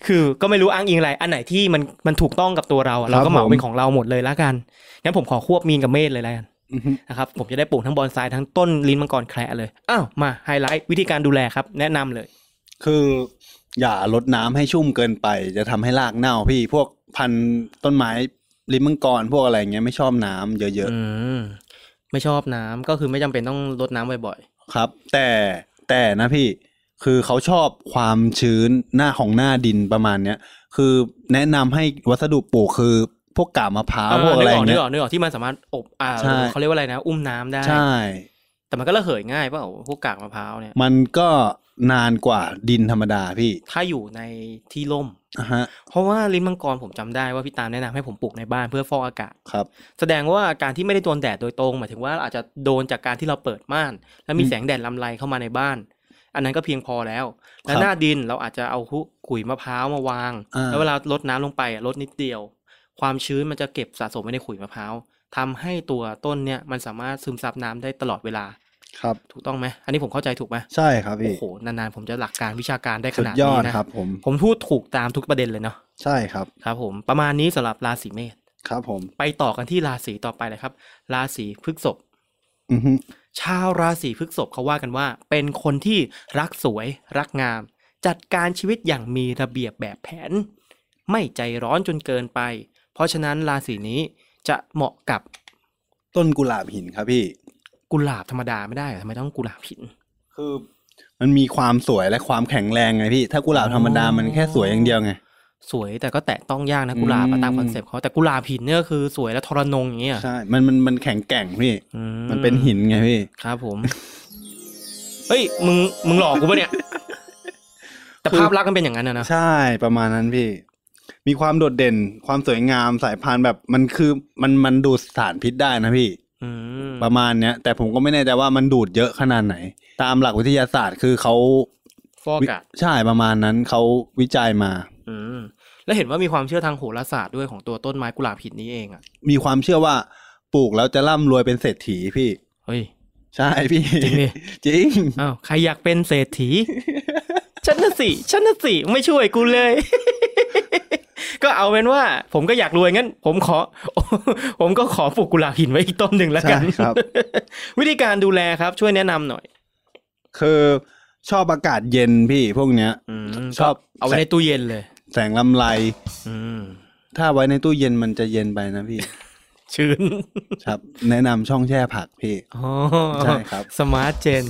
[SPEAKER 3] คือก็ไม่รู้อ้างอิงอะไร อันไหนที่มันมันถูกต้องกับตัวเราอะเราก็เหมาเป็นของเราหมดเลยละกันงั้นผมขอควบมีนกับเมธเลยละกัน
[SPEAKER 2] อื้อหือ
[SPEAKER 3] นะครับผมจะได้ปลูกทั้งบอนไซทั้งต้นลิ้นมังกรแคระเลยอ้าวมาไฮไลท์วิธีการดูแลครับ แนะนำเลย
[SPEAKER 2] คืออย่าลดน้ำให้ชุ่มเกินไป จะทำให้รากเน่าพี่พวกพันธุ์ต้นไม้ลิ้นมังกรพวกอะไรอย่างเงี้ยไม่ชอบน้ำเยอะ
[SPEAKER 3] อืมไม่ชอบน้ำก็คือไม่จำเป็นต้องลดน้ำบ่อย
[SPEAKER 2] ๆครับ แต่แต่นะพี่คือเขาชอบความชื้นหน้าของหน้าดินประมาณเนี้ยคือแนะนำให้วัสดุปลูกคือพวกกาบมะพร้า
[SPEAKER 3] ๆ
[SPEAKER 2] วพวกอะไร
[SPEAKER 3] นึ
[SPEAKER 2] อกย่างเงี้
[SPEAKER 3] ออกนึก
[SPEAKER 2] ย
[SPEAKER 3] ออกนึกออกที่มันสามารถอบอ่า
[SPEAKER 2] ใช่
[SPEAKER 3] เขาเรียกว่าอะไรนะ อุ้มน้ำได้
[SPEAKER 2] ใช่
[SPEAKER 3] แต่มันก็ระเหยง่ายเปล่าพวกกากมะพร้าวเนี่ย
[SPEAKER 2] มันก็นานกว่าดินธรรมดาพี่
[SPEAKER 3] ถ้าอยู่ในที่ร่ม
[SPEAKER 2] อ่ะฮะ
[SPEAKER 3] เพราะว่าลิ้นมังกรผมจำได้ว่าพี่ตามแนะนำให้ผมปลูกในบ้านเพื่อฟอกอากาศ
[SPEAKER 2] ครับ
[SPEAKER 3] แสดงว่าการที่ไม่ได้โดนแดดโดยตรงหมายถึงว่าอาจจะโดนจากการที่เราเปิดม่าน แล้วมี
[SPEAKER 2] อืม
[SPEAKER 3] แสงแดดลำไรเข้ามาในบ้าน อันนั้นก็เพียงพอแล้ว
[SPEAKER 2] ค
[SPEAKER 3] และ
[SPEAKER 2] รับ
[SPEAKER 3] หน้าดินเราอาจจะเอาคุขุยมะพร้าวมาวาง
[SPEAKER 2] อ่า
[SPEAKER 3] แล้วเวลาลดน้ำลงไปอะลดนิดเดียว ความชื้นมันจะเก็บสะสมไว้ในขุยมะพร้าวทำให้ตัวต้นเนี่ยมันสามารถซึมซับน้ำได้ตลอดเวลา
[SPEAKER 2] ครับ
[SPEAKER 3] ถูกต้องไหมอันนี้ผมเข้าใจถูกไหม
[SPEAKER 2] ใช่ครับ
[SPEAKER 3] โอ้
[SPEAKER 2] พี่
[SPEAKER 3] โหนานๆผมจะหลักการวิชาการได้ข
[SPEAKER 2] สุด
[SPEAKER 3] นาด
[SPEAKER 2] ยอ
[SPEAKER 3] นี้
[SPEAKER 2] ด
[SPEAKER 3] นะครับ
[SPEAKER 2] ผม
[SPEAKER 3] ผมพูดถูกตามทุกประเด็นเลยเนาะ
[SPEAKER 2] ใช่ครับ
[SPEAKER 3] ครับ ผมประมาณนี้สำหรับราศีเมษ
[SPEAKER 2] ครับผม
[SPEAKER 3] ไปต่อกันที่ราศีต่อไปเลยครับ ราศีพฤษภ
[SPEAKER 2] อือฮึ
[SPEAKER 3] ชาวราศีพฤษภเขาว่ากันว่า เป็นคนที่รักสวยรักงาม จัดการชีวิตอย่างมีระเบียบแบบแผน ไม่ใจร้อนจนเกินไป เพราะฉะนั้นราศีนี้จะเหมาะกับ
[SPEAKER 2] ต้นกุหลาบหินครับพี่
[SPEAKER 3] กุหลาบธรรมดาไม่ได้เหรอทำไมต้องกุหลาบหิน
[SPEAKER 2] คือมันมีความสวยและความแข็งแรงไงพี่ ถ้ากุหลาบธรรมดามันแค่สวยอย่างเดียวไง
[SPEAKER 3] สวยแต่ก็แตะต้องยากนะกุหลาบอะตามคอนเซปต์เขาแต่กุหลาบหินเนี่ยก็คือสวยและทรนงอย่างเงี้ย
[SPEAKER 2] ใช่ มันมันมันแข็งแกร่งพี่
[SPEAKER 3] อื
[SPEAKER 2] มันเป็นหินไงพี่
[SPEAKER 3] ครับผม เฮ้ยมึงมึงหลอกกูปะเนี่ย แต่ภาพลักษณ์มันเป็นอย่างนั้นอะนะ
[SPEAKER 2] ใช่ประมาณนั้นพี่ มีความโดดเด่น ความสวยงามสายพานแบบมันคือมันมันดูดสารพิษได้นะพี่
[SPEAKER 3] อืม
[SPEAKER 2] ประมาณเนี้ย แต่ผมก็ไม่แน่ใจว่ามันดูดเยอะขนาดไหน ตามหลักวิทยาศาสตร์คือเขา
[SPEAKER 3] ฟอกอะ
[SPEAKER 2] ใช่ประมาณนั้นเขาวิจัยมา
[SPEAKER 3] อืมแล้วเห็นว่ามีความเชื่อทางโหราศาสตร์ด้วยของตัวต้นไม้กุหลาบหินนี้เองอ่ะ
[SPEAKER 2] มีความเชื่อว่าปลูกแล้วจะร่ำรวยเป็นเศรษฐีพี่
[SPEAKER 3] เฮ้ย
[SPEAKER 2] ใช่พี่
[SPEAKER 3] จริงดิ
[SPEAKER 2] จริง
[SPEAKER 3] [laughs] อ้าว ใครอยากเป็นเศรษฐี [laughs] ฉันน่ะสิ ฉันน่ะสิ ไม่ช่วยกูเลย [laughs] ก็เอาเป็นว่า ผมก็อยากรวยงั้น ผมขอ [laughs] ผมก็ขอปลูกกุหลาบหินไว้อีกต้นหนึ่งแล้วกัน
[SPEAKER 2] ใช่ครับ
[SPEAKER 3] [laughs] วิธีการดูแลครับช่วยแนะนำหน่อย
[SPEAKER 2] คือชอบอากาศเย็นพี่พวกเนี้ย
[SPEAKER 3] อืม
[SPEAKER 2] ชอบ
[SPEAKER 3] เอาไว้ในตู้เย็นเลย
[SPEAKER 2] แสงลำไร
[SPEAKER 3] อืม
[SPEAKER 2] ถ้าไว้ในตู้เย็นมันจะเย็นไปนะพี่
[SPEAKER 3] ชื้น
[SPEAKER 2] ครับ แนะนำช่องแช่ผักพี่
[SPEAKER 3] อ๋อ
[SPEAKER 2] ใช่ครับ
[SPEAKER 3] สมาร์ทเจ [laughs] น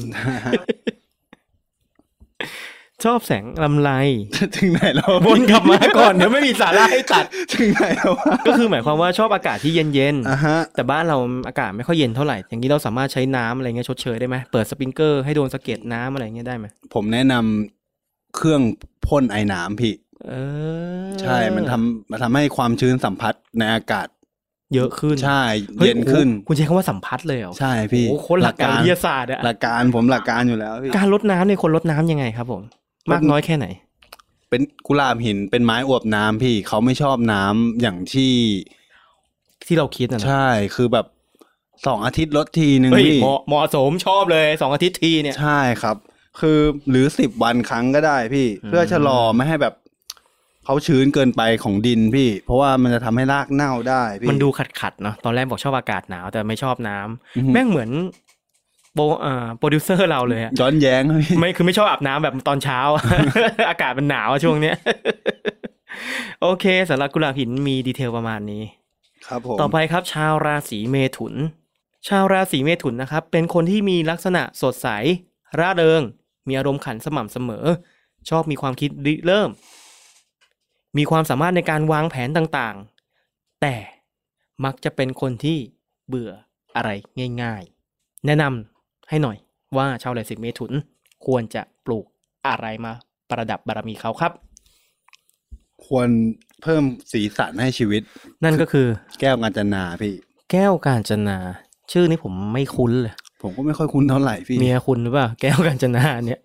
[SPEAKER 3] ชอบแสงลำไร
[SPEAKER 2] ถึงไหนแล้ว
[SPEAKER 3] บนกลับมาก่อน [laughs] เดี๋ยวไม่มีสาระให้ตัด
[SPEAKER 2] ถึงไหนแล้ววะ
[SPEAKER 3] ก็คือหมายความว่าชอบอากาศที่เย็น
[SPEAKER 2] อ่ะฮะ
[SPEAKER 3] ๆ แต่บ้านเราอากาศไม่ค่อยเย็นเท่าไหร่ อย่างนี้เราสามารถใช้น้ำอะไรเงี้ยชดเชยได้ไหมเปิดสปริงเกอร์ให้โดนสะเก็ดน้ำอะไรเงี้ยได้ไหม
[SPEAKER 2] ผมแนะนำเครื่องพ่นไอ้น้ำพี่
[SPEAKER 3] เออ
[SPEAKER 2] ใช่ มันทำมันทำให้ความชื้นสัมผัสในอากาศ
[SPEAKER 3] เยอะขึ้น
[SPEAKER 2] ใช่
[SPEAKER 3] ฮ้
[SPEAKER 2] เย็นขึ้น
[SPEAKER 3] โอ้โหคุณใช้คำว่าสัมผัสเลยเหรอ
[SPEAKER 2] ใช่พี่
[SPEAKER 3] โอ้โหคนหลักการวิทยาศาสตร์อะ
[SPEAKER 2] หลักการผมหลักการอยู่แล้วพี่
[SPEAKER 3] การลดน้ำเนี่ยคนลดน้ำยังไงครับผม มากน้อยแค่ไหน
[SPEAKER 2] เป็นกุหลาบหินเป็นไม้อวบน้ำพี่เขาไม่ชอบน้ำอย่างที่
[SPEAKER 3] ที่เราคิดนะนะ
[SPEAKER 2] ใช่คือแบบสองอาทิตย์ลดทีหนึ่ง
[SPEAKER 3] เฮ้ย
[SPEAKER 2] พี่
[SPEAKER 3] เหมาะเหมาะสมชอบเลยสองอาทิตย์ทีเนี่ย
[SPEAKER 2] ใช่ครับ คือหรือสิบวันครั้งก็ได้พี่
[SPEAKER 3] อืม
[SPEAKER 2] เพื่อชะลอไม่ให้แบบเขาชื้นเกินไปของดินพี่ เพราะว่ามันจะทำให้รากเน่าได้พี่
[SPEAKER 3] มันดูขัดขัดๆเนาะตอนแรกบอกชอบอากาศหนาวแต่ไม่ชอบน้ำ
[SPEAKER 2] อือฮึ
[SPEAKER 3] แม่งเหมือนโปรเอ่อโปรดิวเซอร์เราเลยอะ
[SPEAKER 2] ย้อนแย้งพี่
[SPEAKER 3] ไม่คือไม่ชอบอาบน้ำแบบตอนเช้า [laughs] อากาศมันหนาวอะช่วงเนี้ย [laughs] โอเคสำหรับกุหลาบหินมีดีเทลประมาณนี้
[SPEAKER 2] ครับผม
[SPEAKER 3] ต่อไปครับ ชาวราศีเมถุน ชาวราศีเมถุนนะครับ เป็นคนที่มีลักษณะสดใส ร่าเริง มีอารมณ์ขันสม่ำเสมอ ชอบมีความคิดริเริ่ม มีความสามารถในการวางแผนต่างๆ แต่มักจะเป็นคนที่เบื่ออะไรง่ายๆ แนะนำให้หน่อยว่าชาวราศีเมถุน ควรจะปลูกอะไรมาประดับบารมีเขาครับ
[SPEAKER 2] ควรเพิ่มสีสันให้ชีวิต
[SPEAKER 3] นั่นก็คือ
[SPEAKER 2] แก้วกาญจนาพี่
[SPEAKER 3] แก้วกาญจนา ชื่อนี้ผมไม่คุ้นเลย
[SPEAKER 2] ผมก็ไม่ค่อยคุ้นเท่าไหร่พี่
[SPEAKER 3] เมียคุณหรือเปล่าแก้วกัญจนาเนี่ย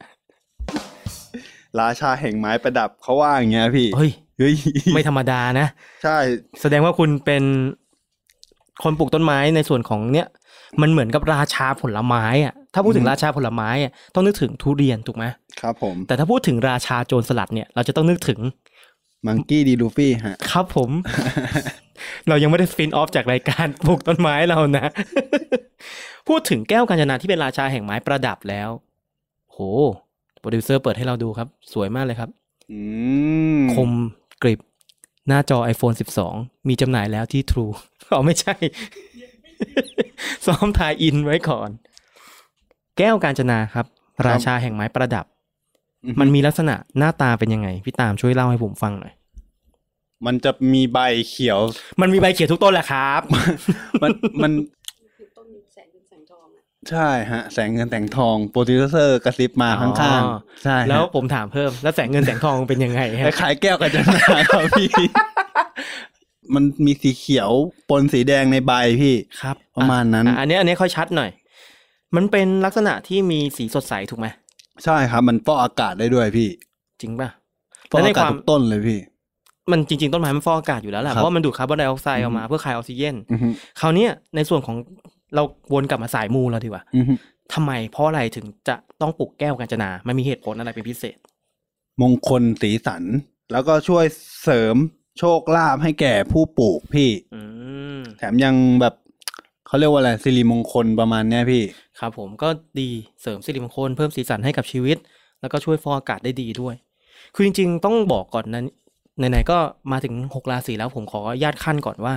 [SPEAKER 2] ราชาแห่งไม้ประดับเขาว่าอย่างเงี้ยพี่
[SPEAKER 3] เฮ้ย
[SPEAKER 2] เฮ้ย
[SPEAKER 3] ไม่ธรรมดานะ
[SPEAKER 2] ใช่
[SPEAKER 3] แสดงว่าคุณเป็นคนปลูกต้นไม้ในส่วนของเนี้ยมันเหมือนกับราชาผลไม้อะถ้าพูดถึงราชาผลไม้อะต้องนึกถึงทุเรียนถูกไหม
[SPEAKER 2] ครับผม
[SPEAKER 3] แต่ถ้าพูดถึงราชาโจรสลัดเนี่ย เราจะต้องนึกถึง
[SPEAKER 2] มังกี้ดีลูฟี่ฮะ
[SPEAKER 3] ครับ
[SPEAKER 2] [laughs]
[SPEAKER 3] ผม เรายังไม่ได้สปินออฟจากรายการปลูกต้นไม้เรานะ [laughs] พูดถึงแก้วกาญจนาที่เป็นราชาแห่งไม้ประดับแล้ว โหโปรดิวเซอร์เปิดให้เราดูครับ สวยมากเลยครับ
[SPEAKER 2] อืม
[SPEAKER 3] คมกริบหน้าจอ iPhone 12 มีจำหน่ายแล้วที่ True [laughs] อ๋อไม่ใช่ ซ้อมทายอินไว้ก่อน แก้วกาญจนาครับ ราชาแห่งไม้ประดับ
[SPEAKER 2] อือฮึ
[SPEAKER 3] มันมีลักษณะหน้าตาเป็นยังไง พี่ตามช่วยเล่าให้ผมฟังหน่อย
[SPEAKER 2] มันจะมีใบเขียว
[SPEAKER 3] มันมีใบเขียวทุกต้นแหละครับ
[SPEAKER 2] มันมัน
[SPEAKER 4] คือต้นแสงเป็นแสงทองอะ
[SPEAKER 2] ใช่ฮะ แสงเงินแสงทองโปรดิวเซอร์กระซิบมาข้าง
[SPEAKER 3] อ๋อ
[SPEAKER 2] ๆ ใช่ฮะ
[SPEAKER 3] [laughs] แล้วผมถามเพิ่ม แล้วแสงเงินแสงทองเป็นยังไง
[SPEAKER 2] ไป
[SPEAKER 3] ฮะ
[SPEAKER 2] ขายแก้วกันจะนายครับพี่ [laughs] มันมีสีเขียวปนสีแดงในใบพี่
[SPEAKER 3] ครับ
[SPEAKER 2] ประมาณนั้น
[SPEAKER 3] อ่ะอันนี้อันนี้ค่อยชัดหน่อย มันเป็นลักษณะที่มีสีสดใสถูกไหม
[SPEAKER 2] ใช่ครับ มันฟอกอากาศได้ด้วยพี่
[SPEAKER 3] จริงป่ะ
[SPEAKER 2] ฟอก
[SPEAKER 3] และใน
[SPEAKER 2] อากาศ
[SPEAKER 3] ความ
[SPEAKER 2] ทุกต้นเลยพี่
[SPEAKER 3] มันจริง ๆ ต้นไม้มันฟอกอากาศอยู่แล้วแหละ
[SPEAKER 2] ครับ
[SPEAKER 3] เพราะว่ามันดูดคาร์บอนไดออกไซด์
[SPEAKER 2] อื
[SPEAKER 3] อ
[SPEAKER 2] อ
[SPEAKER 3] อ
[SPEAKER 2] ฮึ
[SPEAKER 3] กมาเพื่อคายออกซิเจน
[SPEAKER 2] อือฮึ
[SPEAKER 3] คราวเนี้ยในส่วนของเราวนกลับมาสายมูเราดีกว่า
[SPEAKER 2] อือฮึ
[SPEAKER 3] ทำไมเพราะอะไรถึงจะต้องปลูกแก้วกัญจนา มันมีเหตุผลอะไรเป็นพิเศษ
[SPEAKER 2] มงคลสีสัน แล้วก็ช่วยเสริมโชคลาภให้แก่ผู้ปลูกพี่
[SPEAKER 3] อืม
[SPEAKER 2] แถมยังแบบเขาเรียกว่าอะไรสิริมงคลประมาณเนี้ยพี่
[SPEAKER 3] ครับผมก็ดีเสริมสิริมงคลเพิ่มสีสันให้กับชีวิต แล้วก็ช่วยฟอกอากาศได้ดีด้วย คือจริง ๆ ต้องบอกก่อนนั้นไหนๆก็มาถึงหกราศีแล้วผมขออนุญาตขั้นก่อนว่า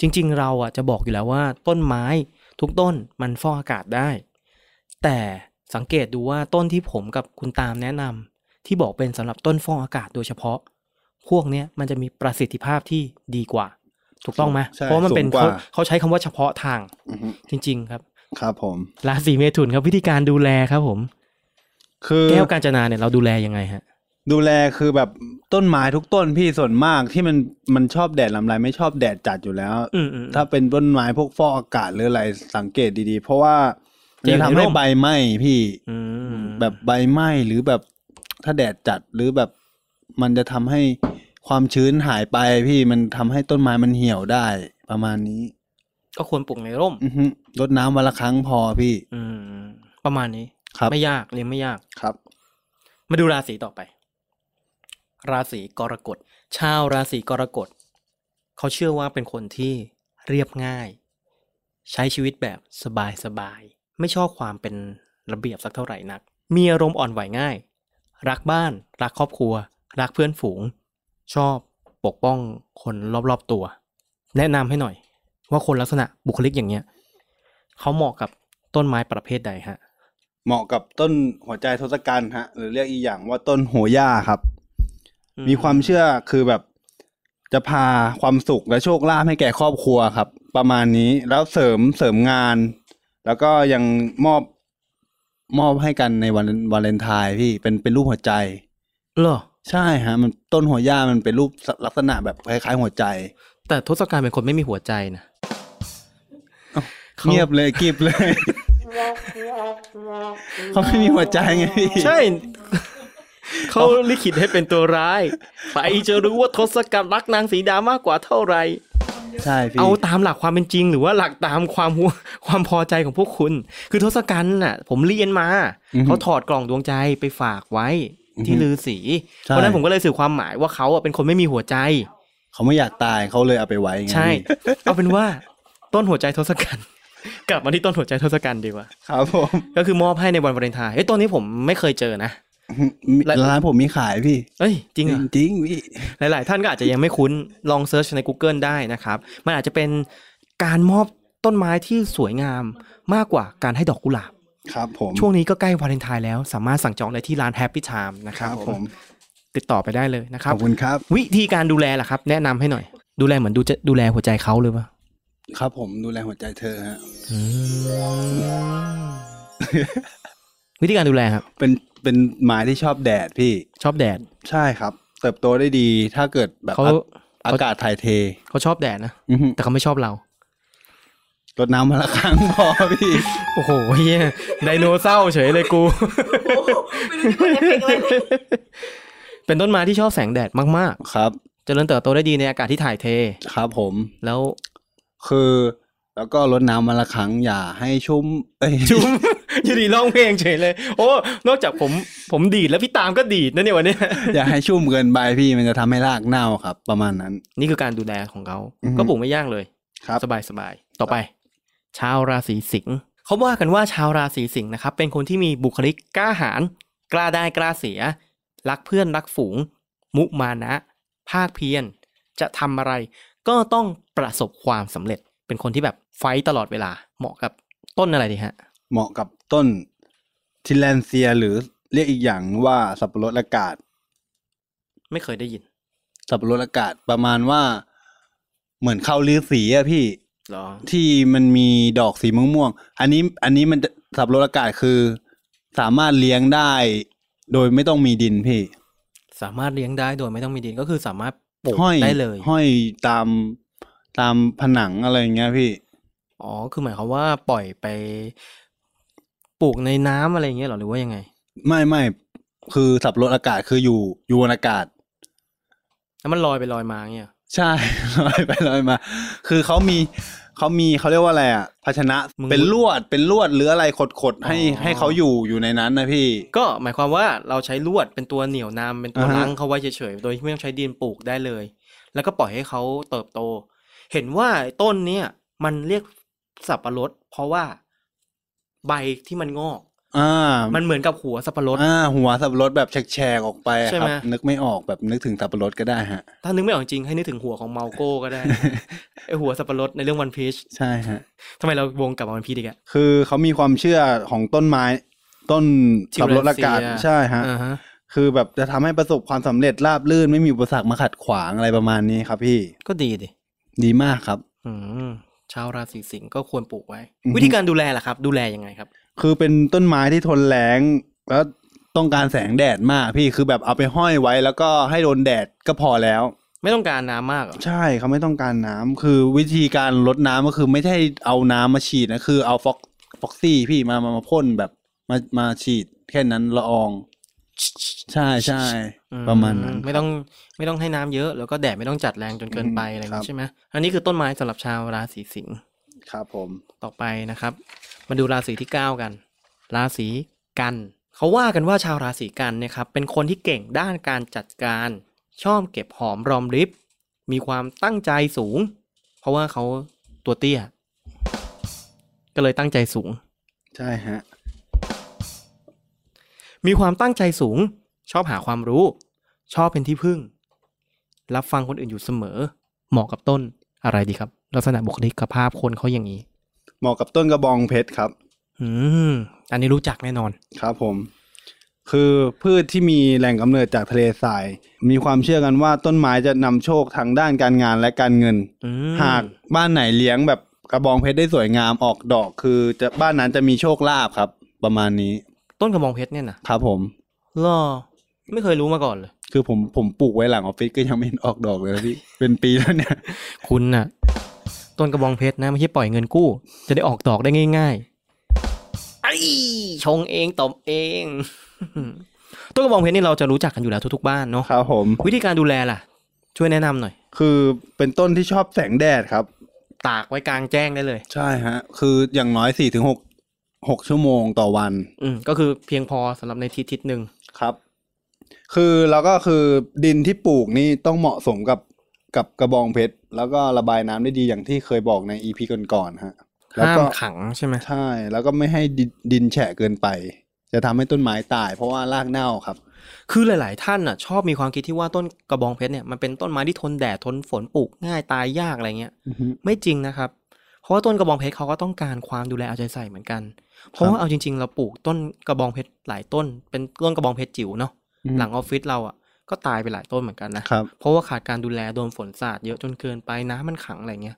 [SPEAKER 3] จริง ๆ เราอ่ะจะบอกอยู่แล้วว่า ต้นไม้ทุกต้นมันฟอกอากาศได้ แต่สังเกตดูว่าต้นที่ผมกับคุณตามแนะนำที่บอกเป็นสำหรับต้นฟอกอากาศโดยเฉพาะ พวกเนี้ยมันจะมีประสิทธิภาพที่ดีกว่า ถูกต้องไหม
[SPEAKER 2] ใช่
[SPEAKER 3] เพราะมันเป็น
[SPEAKER 2] สูงกว่า
[SPEAKER 3] เขาเขาใช้คำว่าเฉพาะทาง
[SPEAKER 2] อือฮึ
[SPEAKER 3] จริง ๆ ครับ
[SPEAKER 2] ครับผม
[SPEAKER 3] ราศีเมถุนครับวิธีการดูแลครับผม
[SPEAKER 2] คือ
[SPEAKER 3] แก้วกาญจนาเนี่ยเราดูแลยังไงฮะ
[SPEAKER 2] ดูแลคือแบบต้นไม้ทุกต้นพี่ส่วนมากที่มันมันชอบแดดลำไรไม่ชอบแดดจัดอยู่แล้ว
[SPEAKER 3] อืมอืม
[SPEAKER 2] ถ้าเป็นต้นไม้พวกฟอกอากาศหรืออะไรสังเกตดีๆ เพราะว่ามันจะทำให้ใบไหม้พี่
[SPEAKER 3] อืม
[SPEAKER 2] แบบใบไหม้หรือแบบถ้าแดดจัดหรือแบบมันจะทำให้ความชื้นหายไปพี่มันทำให้ต้นไม้มันเหี่ยวได้ประมาณนี้
[SPEAKER 3] ก็ควรปลูกในร่ม
[SPEAKER 2] อือฮึรดน้ำวันละครั้งพอพี่
[SPEAKER 3] อืม ประมาณนี้
[SPEAKER 2] ครับ
[SPEAKER 3] ไม่ยากเรียนไม่ยาก
[SPEAKER 2] ครับ
[SPEAKER 3] มาดูราศีต่อไป ราศีกรกฎ ชาวราศีกรกฎ เขาเชื่อว่าเป็นคนที่เรียบง่าย ใช้ชีวิตแบบสบายสบายๆไม่ชอบความเป็นระเบียบสักเท่าไหร่นัก มีอารมณ์อ่อนไหวง่าย รักบ้าน รักครอบครัว รักเพื่อนฝูง ชอบปกป้องคนรอบๆตัว แนะนำให้หน่อย ว่าคนลักษณะบุคลิกอย่างเนี้ยเขาเหมาะกับต้นไม้ประเภทใดฮะ
[SPEAKER 2] เหมาะกับต้นหัวใจทศกัณฐ์ฮะ หรือเรียกอีกอย่างว่าต้นโหย่าครับ มีความเชื่อคือแบบจะพาความสุขและโชคลาภให้แก่ครอบครัวครับ ประมาณนี้แล้วเสริมเสริมงาน แล้วก็ยังมอบมอบให้กันในวันวาเลนไทน์พี่เป็นเป็นรูปหัวใจ
[SPEAKER 3] เหรอ
[SPEAKER 2] ใช่ฮะ มันต้นหัวย่ามันเป็นรูปลักษณะแบบคล้ายๆหัวใจ
[SPEAKER 3] แต่ทศกัณฐ์เป็นคนไม่มีหัวใจนะขา
[SPEAKER 2] เงียบเลยกริบ
[SPEAKER 3] [laughs]
[SPEAKER 2] เลย เขาไม่มีหัวใจไงพี่
[SPEAKER 3] ใช่
[SPEAKER 2] [laughs]
[SPEAKER 3] เขาลิขิตให้เป็นตัวร้าย
[SPEAKER 2] [laughs]
[SPEAKER 3] ใครจะรู้ว่าทศกัณฐ์รักนางสีดามากกว่าเท่าไหร่
[SPEAKER 2] ใช่พี่
[SPEAKER 3] เอาตามหลักความเป็นจริง หรือว่าหลักตามความ [laughs] หัวความพอใจของพวกคุณ คือทศกัณฐ์น่ะ ผมเรียนมา
[SPEAKER 2] อือฮึ
[SPEAKER 3] เขาถอดกล่องดวงใจไปฝากไว้ ที่
[SPEAKER 2] อือฮึ
[SPEAKER 3] ลือสี
[SPEAKER 2] ใช่
[SPEAKER 3] เพราะฉะนั้นผมก็เลยสื่อความหมายว่าเขาอ่ะเป็นคนไม่มีหัวใจ
[SPEAKER 2] เขาไม่อยากตายเขาเลยเอาไปไว้ไง
[SPEAKER 3] ใช่
[SPEAKER 2] พี่
[SPEAKER 3] เอาเป็นว่า ต้นหัวใจทศกัณฐ์ [laughs] กลับมาที่ต้นหัวใจทศกัณฐ์ดีกว่า
[SPEAKER 2] ครับผม
[SPEAKER 3] ก็คือมอบให้ในวันวาเลนไทน์เอ้ยตัวนี้ผมไม่เคยเจอนะ
[SPEAKER 2] มี
[SPEAKER 3] และ
[SPEAKER 2] ร้านผมมีขายพี่
[SPEAKER 3] เอ้ย จริงเหรอ
[SPEAKER 2] จริงๆพี่
[SPEAKER 3] หลาย ๆ ท่านก็อาจจะยังไม่คุ้น ลองเซิร์ชใน Google ได้นะครับ มันอาจจะเป็นการมอบต้นไม้ที่สวยงามมากกว่าการให้ดอกกุหลาบ
[SPEAKER 2] ครับผม
[SPEAKER 3] ช่วงนี้ก็ใกล้วาเลนไทน์แล้ว สามารถสั่งจองได้ที่ร้าน Happy Time นะค
[SPEAKER 2] ค
[SPEAKER 3] รั
[SPEAKER 2] รั
[SPEAKER 3] บบ ผ
[SPEAKER 2] ผม ม
[SPEAKER 3] ติดต่อไปได้เลยนะค
[SPEAKER 2] ข
[SPEAKER 3] รับ
[SPEAKER 2] อบคุณครับ
[SPEAKER 3] วิธีการดูแลล่ะครับ แนะนำให้หน่อย ดูแลเหมือนดูจะดูแลหัวใจเขาเลยปะ
[SPEAKER 2] ครับผมดูแลหัวใจเธอฮะ
[SPEAKER 3] วิธีการดูแลครับ
[SPEAKER 2] เป็นเป็นหมาที่ชอบแดดพี่
[SPEAKER 3] ชอบแดด
[SPEAKER 2] ใช่ครับ เติบโตได้ดีถ้าเกิดแบบ
[SPEAKER 3] เขา
[SPEAKER 2] อาอากาศถ่ายเท
[SPEAKER 3] เขาชอบแดดนะ
[SPEAKER 2] อือฮึ
[SPEAKER 3] แต่เขาไม่ชอบเรา
[SPEAKER 2] รดน้ำมาละครั้งพอพี่ [laughs]
[SPEAKER 3] โอ้โหเฮียไดโนเสาร์เฉยเลยกู
[SPEAKER 4] โอ้โหไม่รู้จะพูดเอฟเฟกต์อะไรเลย
[SPEAKER 3] เป็นต้นไม้ที่ชอบแสงแดดมาก
[SPEAKER 2] ครับ
[SPEAKER 3] ๆ เจริญเติบโตได้ดีในอากาศที่ถ่ายเท
[SPEAKER 2] ครับผม
[SPEAKER 3] แล้ว [laughs]
[SPEAKER 2] คือแล้วก็รดน้ำมาละครั้งอย่าให้ชุ่ม เอ้ย
[SPEAKER 3] จุ๊ม อยู่ดีร้องเพลงเฉยเลย โอ้ นอกจากผมผมดีดแล้วพี่ตามก็ดีดนะเนี่ยวันเนี้ย
[SPEAKER 2] [laughs] อย่าให้ชุ่มเกินไปพี่มันจะทำให้รากเน่าครับ ประมาณนั้น
[SPEAKER 3] นี่คือการดูแลของเขา
[SPEAKER 2] อือฮึ
[SPEAKER 3] ก็ปลูกไม่ยากเลย
[SPEAKER 2] ครับ
[SPEAKER 3] สบายสบายต่อไป ชาวราศีสิงห์เขาว่ากันว่าชาวราศีสิงห์นะครับ เป็นคนที่มีบุคลิกกล้าหาญกล้าได้กล้าเสีย รักเพื่อนรักฝูง มุมานะ ภาคเพียรจะทำอะไร ก็ต้องประสบความสำเร็จ เป็นคนที่แบบไฟต์ตลอดเวลา เหมาะกับต้นอะไรดีฮะ
[SPEAKER 2] เหมาะกับต้นทิแลนเซียหรือเรียกอีกอย่างว่าสับปะรดอากาศ
[SPEAKER 3] ไม่เคยได้ยิน
[SPEAKER 2] สับปะรดอากาศประมาณว่า เหมือนข้าวลือสีอะพี่
[SPEAKER 3] เหรอ
[SPEAKER 2] ที่มันมีดอกสีม่วงๆ อันนี้อันนี้มันจะสับปะรดอากาศคือ สามารถเลี้ยงได้ โดยไม่ต้องมีดินพี่
[SPEAKER 3] สามารถเลี้ยงได้โดยไม่ต้องมีดินก็คือสามารถปลูก
[SPEAKER 2] ห้อย
[SPEAKER 3] ได้เลย
[SPEAKER 2] ห้อยตามตามผนังอะไรอย่างเงี้ยพี่
[SPEAKER 3] อ๋อ คือหมายความว่าปล่อยไปปลูกในน้ำอะไรอย่างเงี้ยเหรอหรือว่ายังไง
[SPEAKER 2] ไม่ไม่คือสับปะรดอากาศคืออยู่อยู่บนอากาศ
[SPEAKER 3] แล้วมันลอยไปลอยมาอย่างเงี้ย
[SPEAKER 2] ใช่ [laughs] ลอยไปลอยมา คือเขามีเขามีเขาเรียกว่าอะไรอ่ะ ภาชนะ
[SPEAKER 3] มึง
[SPEAKER 2] เป็นลวดเป็นลวดหรืออะไรขดๆให้
[SPEAKER 3] อ๋อ
[SPEAKER 2] ให้เขาอยู่อยู่ในนั้นนะพี่
[SPEAKER 3] ก็หมายความว่าเราใช้ลวดเป็นตัวเหนี่ยวนํเป็นตัว
[SPEAKER 2] อ่าฮะ
[SPEAKER 3] รั้งเขาไว้เฉยๆ โดยที่ไม่ต้องใช้ดินปลูกได้เลย แล้วก็ปล่อยให้เขาเติบโต เห็นว่าต้นเนี้ยมันเรียกสับปะรด เพราะว่าใบที่มันงอก
[SPEAKER 2] อ่ามั
[SPEAKER 3] มันเหมือนกับหัวสับปะรด
[SPEAKER 2] อ่าหัวสับปะรดแบบแฉกๆออกไปอะ
[SPEAKER 3] ใช่
[SPEAKER 2] ครั
[SPEAKER 3] ไหม
[SPEAKER 2] บ นึกไม่ออกแบบนึกถึงสับปะรดก็ได้ฮะ
[SPEAKER 3] ถ้านึกไม่ออกจริงให้นึกถึงหัวของเมาโก้ก็ได้
[SPEAKER 2] [laughs]
[SPEAKER 3] นะไอหัวสับปะรดในเรื่องวันพีช
[SPEAKER 2] ใช่ฮะ
[SPEAKER 3] ทำไมเราวงกลับมาวันพีชอีกอะ
[SPEAKER 2] คือเขามีความเชื่อของต้นไม้ ต้นสับปะรดอากาศ
[SPEAKER 3] ทิวเลนเซีย
[SPEAKER 2] ใช่ฮะ
[SPEAKER 3] อ่าฮะ
[SPEAKER 2] คือแบบจะทำให้ประสบความสำเร็จราบรื่นไม่มีอุปสรรคมาขัดขวางอะไรประมาณนี้ครับพี่
[SPEAKER 3] ก็ดีดิ
[SPEAKER 2] ดีมากครับ
[SPEAKER 3] อืมชาวราศีสิงห์ก็ควรปลูกไว้
[SPEAKER 2] อือฮึ
[SPEAKER 3] วิธีการดูแลล่ะครับ ดูแลยังไงครับ
[SPEAKER 2] คือเป็นต้นไม้ที่ทนแล้งแล้วต้องการแสงแดดมากพี่คือแบบเอาไปห้อยไว้ แล้วก็ให้โดนแดดก็พอแล้ว
[SPEAKER 3] ไม่ต้องการน้ำมากเหรอ
[SPEAKER 2] ใช่เขาไม่ต้องการน้ำคือวิธีการลดน้ำก็คือไม่ใช่เอาน้ำมาฉีดนะคือเอาฟ็อกฟ็อกซี่พี่มามามาพ่นแบบมามาฉีดแค่นั้นละออง ใช่ใช่
[SPEAKER 3] อื
[SPEAKER 2] ประมาณนั้น
[SPEAKER 3] ไม่ต้องไม่ต้องให้น้ำเยอะแล้วก็แดดไม่ต้องจัดแรงจนเกินไปอะไรอย่าง
[SPEAKER 2] ครับ
[SPEAKER 3] นี้ใช่ไหมอันนี้คือต้นไม้สำหรับชาวราศีสิงห์
[SPEAKER 2] ครับผม
[SPEAKER 3] ต่อไปนะครับ มาดูราศีที่เก้ากัน ราศีกันเขาว่ากันว่าชาวราศีกันเนี่ยครับเป็นคนที่เก่งด้านการจัดการชอบเก็บหอมรอมริบมีความตั้งใจสูง เพราะว่าเขาตัวเตี้ย ก็เลยตั้งใจสูง
[SPEAKER 2] ใช่ฮะ
[SPEAKER 3] มีความตั้งใจสูง ชอบหาความรู้ ชอบเป็นที่พึ่ง รับฟังคนอื่นอยู่เสมอ เหมาะกับต้นอะไรดีครับ ลักษณะบุคลิกภาพคนเขาอย่างนี้
[SPEAKER 2] เหมาะกับต้นกระบองเพชรครับ
[SPEAKER 3] อืม อันนี้รู้จักแน่นอน
[SPEAKER 2] ครับผม คือพืชที่มีแหล่งกำเนิดจากทะเลทราย มีความเชื่อกันว่าต้นไม้จะนำโชคทางด้านการงานและการเงิน
[SPEAKER 3] อืม
[SPEAKER 2] หากบ้านไหนเลี้ยงแบบกระบองเพชรได้สวยงามออกดอก คือจะบ้านนั้นจะมีโชคลาภครับ ประมาณนี้
[SPEAKER 3] ต้นกระบองเพชรเนี่ยนะครับ
[SPEAKER 2] ผม
[SPEAKER 3] หรอ ไม่เคยรู้มาก่อนเลย
[SPEAKER 2] คือผมผมปลูกไว้หลังออฟฟิศก็ยังไม่เห็นออกดอกเลยนะพี่ [laughs] เป็นปีแล้วเนี่ย
[SPEAKER 3] คุณน่ะ ต้นกระบองเพชรนะไม่ใช่ปล่อยเงินกู้ จะได้ออกดอกได้ง่ายๆไอ้ชงเองตบเอง [laughs] ต้นกระบองเพชรนี่เราจะรู้จักกันอยู่แล้วทุกๆบ้านเนาะ
[SPEAKER 2] ครับผม
[SPEAKER 3] วิธีการดูแลล่ะ ช่วยแนะนำหน่อย
[SPEAKER 2] คือเป็นต้นที่ชอบแสงแดดครับ
[SPEAKER 3] ตากไว้กลางแจ้งได้เลย
[SPEAKER 2] ใช่ฮะ คืออย่างน้อยสี่ถึงหกหกชั่วโมงต่อวัน
[SPEAKER 3] อืมก็คือเพียงพอสำหรับในทิศทิศหนึ่ง
[SPEAKER 2] ครับ คือแล้วก็คือดินที่ปลูกนี่ต้องเหมาะสมกับกับกระบองเพชร แล้วก็ระบายน้ำได้ดีอย่างที่เคยบอกในอีพีก่อนๆฮะ แล้ว
[SPEAKER 3] ห้าม
[SPEAKER 2] ก็
[SPEAKER 3] ขังใช่ไหม
[SPEAKER 2] ใช่ แล้วก็ไม่ให้ดินดินแฉะเกินไป จะทำให้ต้นไม้ตาย เพราะว่ารากเน่าครับ
[SPEAKER 3] คือหลาย ๆ ท่านอ่ะ ชอบมีความคิดที่ว่าต้นกระบองเพชรเนี่ยมันเป็นต้นไม้ที่ทนแดดทนฝนปลูกง่ายตายยากอะไรเงี้ย ไม่จริงนะครับ เพราะว่าต้นกระบองเพชรเขาก็ต้องการความดูแลเอาใจใส่เหมือนกัน เพราะว่าเอาจริง ๆ เราปลูกต้นกระบองเพชรหลายต้น เป็นต้นกระบองเพชรจิ๋วเนาะ
[SPEAKER 2] อืม
[SPEAKER 3] หลังออฟฟิศเราอ่ะก็ตายไปหลายต้นเหมือนกันนะ
[SPEAKER 2] ครับ
[SPEAKER 3] เพราะว่าขาดการดูแลโดนฝนสาดเยอะจนเกินไปน้ำมันขังอะไรเงี้ย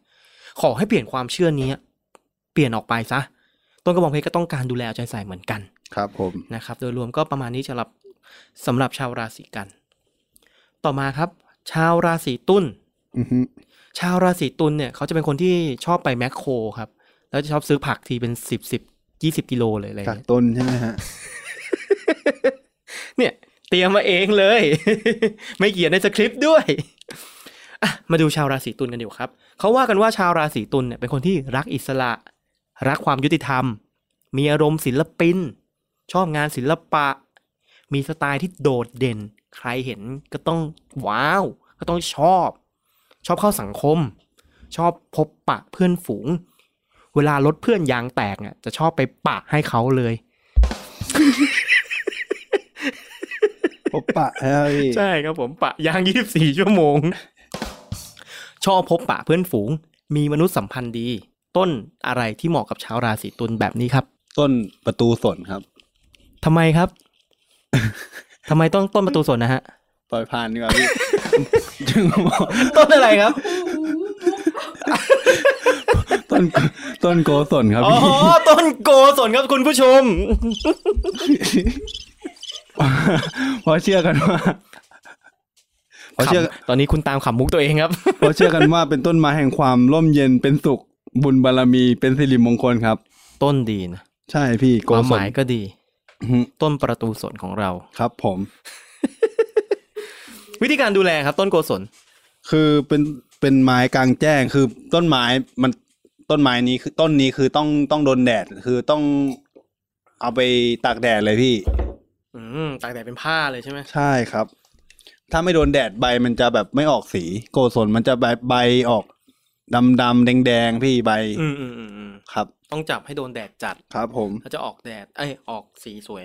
[SPEAKER 3] ขอให้เปลี่ยนความเชื่อนี้ เปลี่ยนออกไปซะ ต้นกระบองเพชรก็ต้องการดูแลเอาใจใส่เหมือนกัน
[SPEAKER 2] ครับผม
[SPEAKER 3] นะครับ โดยรวมก็ประมาณนี้สำหรับสำหรับชาวราศีกัน ต่อมาครับ ชาวราศีตุล
[SPEAKER 2] อือฮึ
[SPEAKER 3] ชาวราศีตุลเนี่ยเขาจะเป็นคนที่ชอบไปแมคโครครับ แล้วจะชอบซื้อผักทีเป็นสิบสิบยี่สิบกิโลเลยอะไร
[SPEAKER 2] กัก
[SPEAKER 3] เงี้ย
[SPEAKER 2] ต้นใช่ไหมฮะ
[SPEAKER 3] เนี่ยเตรียมมาเองเลย [laughs] ไม่เขียนในสคริปต์ด้วยอ่ะมาดูชาวราศีตุลกันดีกว่าครับเขาว่ากันว่าชาวราศีตุลเนี่ยเป็นคนที่รักอิสระ รักความยุติธรรม มีอารมณ์ศิลปิน ชอบงานศิลปะ มีสไตล์ที่โดดเด่น ใครเห็นก็ต้องว้าว ก็ต้องชอบ ชอบเข้าสังคม ชอบพบปะเพื่อนฝูง เวลารถเพื่อนยางแตกเนี่ยจะชอบไปปะให้เขาเลย
[SPEAKER 2] ปบปะฮะพี่
[SPEAKER 3] ใช่ครับผมปะยาง 24 ชั่วโมง [laughs] ชอบพบปะเพื่อนฝูง มีมนุษยสัมพันธ์ดี ต้นอะไรที่เหมาะกับชาวราศีตุลแบบนี้ครับ
[SPEAKER 2] ต้นประตูสนครับ
[SPEAKER 3] ทำไมครับ [laughs] ทำไมต้องต้นประตูสนนะฮะ
[SPEAKER 2] ปล่อยผ่านดีกว่า [laughs] พี่ จึงบอก
[SPEAKER 3] [laughs] ต้นอะไรครับ [laughs]
[SPEAKER 2] ต้นต้นโกสนครับ
[SPEAKER 3] อ๋อ
[SPEAKER 2] พี่
[SPEAKER 3] ต้นโกศลครับคุณผู้ชม
[SPEAKER 2] [laughs] เพราะเชื่อกันว่าเพราะเชื่อ
[SPEAKER 3] ตอนนี้คุณตามขำมุกตัวเองครับ
[SPEAKER 2] เพราะเชื่อกันว่าเป็นต้นไม้แห่งความร่มเย็นเป็นสุขบุญบารมีเป็นสิริมงคลครับ
[SPEAKER 3] [laughs] ต้นดีนะ
[SPEAKER 2] ใช่พี่
[SPEAKER 3] ค
[SPEAKER 2] โก
[SPEAKER 3] วาม
[SPEAKER 2] ส
[SPEAKER 3] ห
[SPEAKER 2] น
[SPEAKER 3] มายก็ดี
[SPEAKER 2] อือฮึ
[SPEAKER 3] ต้นประตูสนของเรา
[SPEAKER 2] ครับผม
[SPEAKER 3] วิธีการดูแลครับ ต้นโกศล
[SPEAKER 2] คือเป็นเป็นไม้กลางแจ้งคือต้นไม้มันต้นไม้นี้คือต้นนี้คือต้องต้องโดนแดดคือต้องเอาไปตากแดดเลยพี่
[SPEAKER 3] อืมตากแดดเป็นผ้าเลยใช่ไหม
[SPEAKER 2] ใช่ครับ ถ้าไม่โดนแดดใบมันจะแบบไม่ออกสี โกศลมันจะใบใบออกดำดำแดงแดงๆพี่ใบ
[SPEAKER 3] อืมอืมอืมอืม
[SPEAKER 2] ครับ
[SPEAKER 3] ต้องจับให้โดนแดดจัด
[SPEAKER 2] ครับผม
[SPEAKER 3] เขาจะออกแดด เอ้ย ออกสีสวย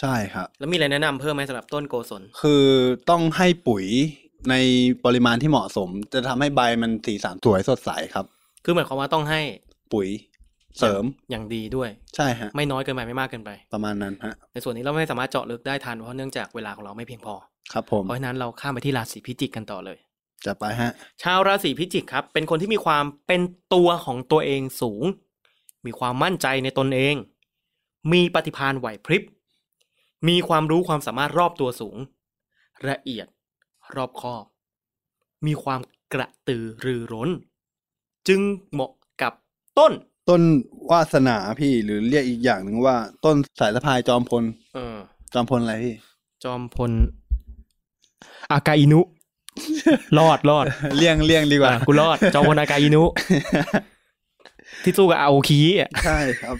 [SPEAKER 2] ใช่ครับ
[SPEAKER 3] แล้วมีอะไรแนะนำเพิ่มไหมสำหรับต้นโกศล
[SPEAKER 2] คือต้องให้ปุ๋ยในปริมาณที่เหมาะสม จะทำให้ใบมันสีสันสวยสดใสครับ
[SPEAKER 3] คือหมายความว่าต้องให้
[SPEAKER 2] ปุ๋ยเสริม
[SPEAKER 3] อย่างดีด้วย
[SPEAKER 2] ใช่ฮะ
[SPEAKER 3] ไม่น้อยเกินไปไม่มากเกินไป
[SPEAKER 2] ประมาณนั้นฮะ
[SPEAKER 3] ในส่วนนี้เราไม่สามารถเจาะลึกได้ทันเพราะเนื่องจากเวลาของเราไม่เพียงพอ
[SPEAKER 2] ครับผม
[SPEAKER 3] เพราะฉะนั้นเราข้ามไปที่ราศีพิจิกกันต่อเลย
[SPEAKER 2] จะไปฮะ
[SPEAKER 3] ชาวราศีพิจิกครับ เป็นคนที่มีความเป็นตัวของตัวเองสูง มีความมั่นใจในตนเอง มีปฏิภาณไหวพริบ มีความรู้ความสามารถรอบตัวสูง ละเอียดรอบคอบ มีความกระตือรือร้น จึงเหมาะกับต้น
[SPEAKER 2] ต้นวาสนาพี่หรือเรียกอีกอย่างหนึ่งว่า ต้นสายสะพายจอมพล
[SPEAKER 3] เออ
[SPEAKER 2] จอมพลอะไรพี่
[SPEAKER 3] จอมพล อากาอินุ รอดรอด
[SPEAKER 2] เลี่ยงเลี่ยงดีกว่า
[SPEAKER 3] อ่ะกูรอด จอมพลอากาอินุ ที่สู้กับอาโอคีอ่ะ
[SPEAKER 2] ใช่ครับ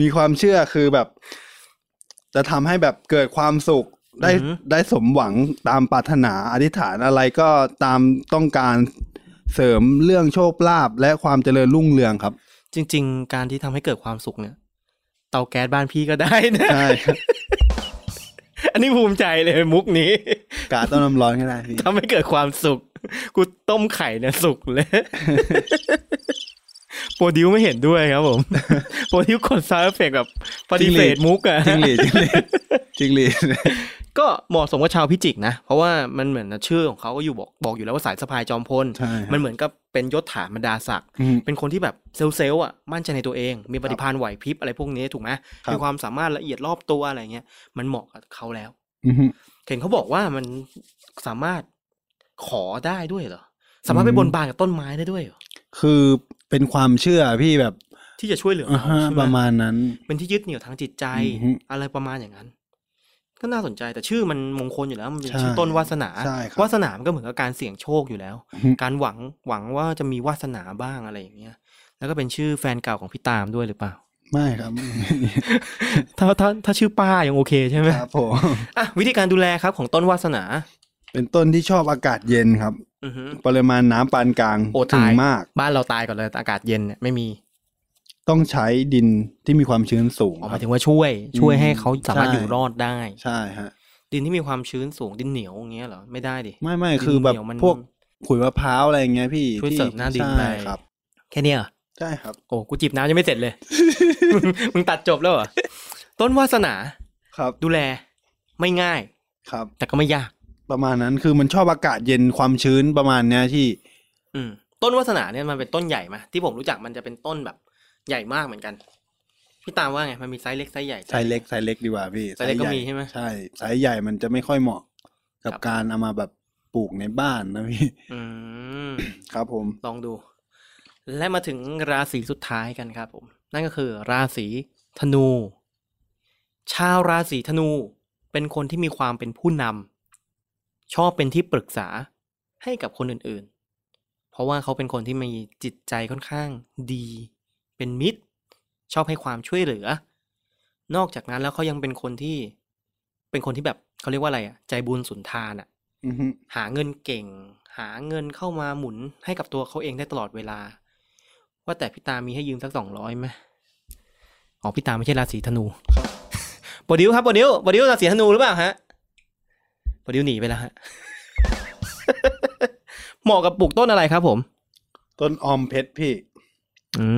[SPEAKER 2] มีความเชื่อคือแบบ จะทำให้แบบเกิดความสุขได้
[SPEAKER 3] อือหือ
[SPEAKER 2] ได้สมหวังตามปรารถนาอธิษฐานอะไรก็ตามต้องการเสริมเรื่องโชคลาภและความเจริญรุ่งเรืองครับ
[SPEAKER 3] จริง ๆ การที่ทำให้เกิดความสุขเนี่ย เตาแก๊สบ้านพี่ก็ได้นะ [laughs]
[SPEAKER 2] ใช่ครับ
[SPEAKER 3] อันนี้ภูมิใจเลยมุกนี้ [laughs]
[SPEAKER 2] กาต้มน้ำร้อนก็ได้พี่
[SPEAKER 3] ทำให้เกิดความสุข กูต้มไข่เนี่ยสุกเลย [laughs] โปรดิวไม่เห็นด้วยครับผม [laughs] โปรดิวกดซาวด์เอฟเฟกต์แบบปฏิเสธมุกอะ
[SPEAKER 2] จิงหรีดจิงหรีดจิงหรีด
[SPEAKER 3] [laughs] ก็เหมาะสมกับชาวพิจิกนะ เพราะว่ามันเหมือนชื่อของเขาก็อยู่บอกบอกอยู่แล้วว่าสายสะพายจอมพล
[SPEAKER 2] ใช่ครับ
[SPEAKER 3] มันเหมือนกับเป็นยศฐานบรรดาศักดิ์
[SPEAKER 2] อืม
[SPEAKER 3] เป็นคนที่แบบเซลล์เซลล์อ่ะมั่นใจในตัวเอง มีปฏิภาณไหวพริบอะไรพวกนี้ถูกไหม
[SPEAKER 2] ครับ
[SPEAKER 3] มีความสามารถละเอียดรอบตัวอะไรเงี้ยมันเหมาะกับเขาแล้ว
[SPEAKER 2] อือฮึ
[SPEAKER 3] เห็นเขาบอกว่ามันสามารถขอได้ด้วยเหรอ สามารถไปบนบานกับต้นไม้ได้ด้วยเหรอ
[SPEAKER 2] คือเป็นความเชื่อพี่แบบ
[SPEAKER 3] ที่จะช่วยเหลือ
[SPEAKER 2] อ่า
[SPEAKER 3] เรา
[SPEAKER 2] ฮะ
[SPEAKER 3] ใช่ไห
[SPEAKER 2] ประ
[SPEAKER 3] ม
[SPEAKER 2] มาณนั้น
[SPEAKER 3] เป็นที่ยึดเหนี่ยวทางจิตใจ
[SPEAKER 2] อือฮึ
[SPEAKER 3] อะไรประมาณอย่างนั้น ก็น่าสนใจแต่ชื่อมันมงคลอยู่แล้วมันเป็น
[SPEAKER 2] ใช่
[SPEAKER 3] ชื่อต้นวาสนา
[SPEAKER 2] ใช่ครับ
[SPEAKER 3] วาสนามันก็เหมือนกับการเสี่ยงโชคอยู่แล้ว
[SPEAKER 2] อือฮึ
[SPEAKER 3] การหวังหวังว่าจะมีวาสนาบ้างอะไรอย่างเงี้ย แล้วก็เป็นชื่อแฟนเก่าของพี่ตามด้วยหรือเปล่า
[SPEAKER 2] ไม่ครับ
[SPEAKER 3] ถ้าถ้าถ้าชื่อป้ายังโอเคใช่ไหม
[SPEAKER 2] ครับผม
[SPEAKER 3] อ่ะวิธีการดูแลครับของต้นวาสนา
[SPEAKER 2] [laughs] เป็นต้นที่ชอบอากาศเย็นครับ
[SPEAKER 3] อือฮึ
[SPEAKER 2] ปริมาณน้ำปานกลาง
[SPEAKER 3] โอ้
[SPEAKER 2] ถึ
[SPEAKER 3] ตาง ย
[SPEAKER 2] มาก
[SPEAKER 3] บ้านเราตายก่อนเลยอากาศเย็นเนี่ยไม่มี
[SPEAKER 2] ต้องใช้ดินที่มีความชื้นสูง
[SPEAKER 3] อ๋อห
[SPEAKER 2] ค
[SPEAKER 3] มา
[SPEAKER 2] รับ
[SPEAKER 3] ยถึงว่าช่วยช่วยให้เขาสามารถ
[SPEAKER 2] ใช่
[SPEAKER 3] อยู่รอดได้
[SPEAKER 2] ใช่ฮะ
[SPEAKER 3] ดินที่มีความชื้นสูงดินเหนียวอย่างเงี้ยเหรอ ไม่ได้ดิ
[SPEAKER 2] ไม่ไม่คือแบบ
[SPEAKER 3] ดินเหนียวมัน
[SPEAKER 2] พวกขุยมะพร้าวอะไรอย่างเงี้ยพี่
[SPEAKER 3] ช่วย
[SPEAKER 2] ที่
[SPEAKER 3] เสริมหน้าดิน
[SPEAKER 2] ใช่
[SPEAKER 3] ไป
[SPEAKER 2] ครับ
[SPEAKER 3] แค่เนี้ยเหรอ
[SPEAKER 2] ใช่ครับ
[SPEAKER 3] โอ้กูจีบน้ำยังไม่เสร็จเลย [laughs] มึงตัดจบแล้วเหรอ ต้นวาสนา
[SPEAKER 2] ครับ
[SPEAKER 3] ดูแลไม่ง่าย
[SPEAKER 2] ครับ
[SPEAKER 3] แต่ก็ไม่ยาก
[SPEAKER 2] ประมาณนั้นคือมันชอบอากาศเย็นความชื้นประมาณเนี้ยที่
[SPEAKER 3] อืมต้นวาสนาเนี่ยมันเป็นต้นใหญ่ไหมที่ผมรู้จักมันจะเป็นต้นแบบใหญ่มากเหมือนกันพี่ตามว่าไงมันมีไซส์เล็กไซส์ใหญ่
[SPEAKER 2] ไซส์เล็กไซส์เล็กดีกว่าพี่
[SPEAKER 3] ไซส์เล็กก็
[SPEAKER 2] ญ่
[SPEAKER 3] มีใช่ไหม
[SPEAKER 2] ใช่ไซส์ใหญ่มันจะไม่ค่อยเหมาะ กับ
[SPEAKER 3] ครับ
[SPEAKER 2] การเอามาแบบปลูกในบ้านนะพี่
[SPEAKER 3] อืม
[SPEAKER 2] ครับผม
[SPEAKER 3] ลองดู และมาถึงราศีสุดท้ายกันครับผม นั่นก็คือ ราศีธนู ชาวราศีธนู เป็นคนที่มีความเป็นผู้นำชอบเป็นที่ปรึกษาให้กับคนอื่นๆ เพราะว่าเขาเป็นคนที่มีจิตใจค่อนข้างดี เป็นมิตร ชอบให้ความช่วยเหลือ นอกจากนั้นแล้วเขายังเป็นคนที่ เป็นคนที่แบบเขาเรียกว่าอะไรอะใจบุญสุนทานอะ
[SPEAKER 2] อือฮึ
[SPEAKER 3] หาเงินเก่ง หาเงินเข้ามาหมุนให้กับตัวเขาเองได้ตลอดเวลา ว่าแต่พี่ตามีให้ยืมสักสองร้อยไหมอ๋อพี่ตาไม่ใช่ราศีธนู [laughs] บดิวครับบดิวบดิวราศีธนูหรือเปล่าฮะบดิวหนีไปแล้วฮะ [laughs] เหมาะกับปลูกต้นอะไรครับผม
[SPEAKER 2] ต้นออมเพชรพี่
[SPEAKER 3] อื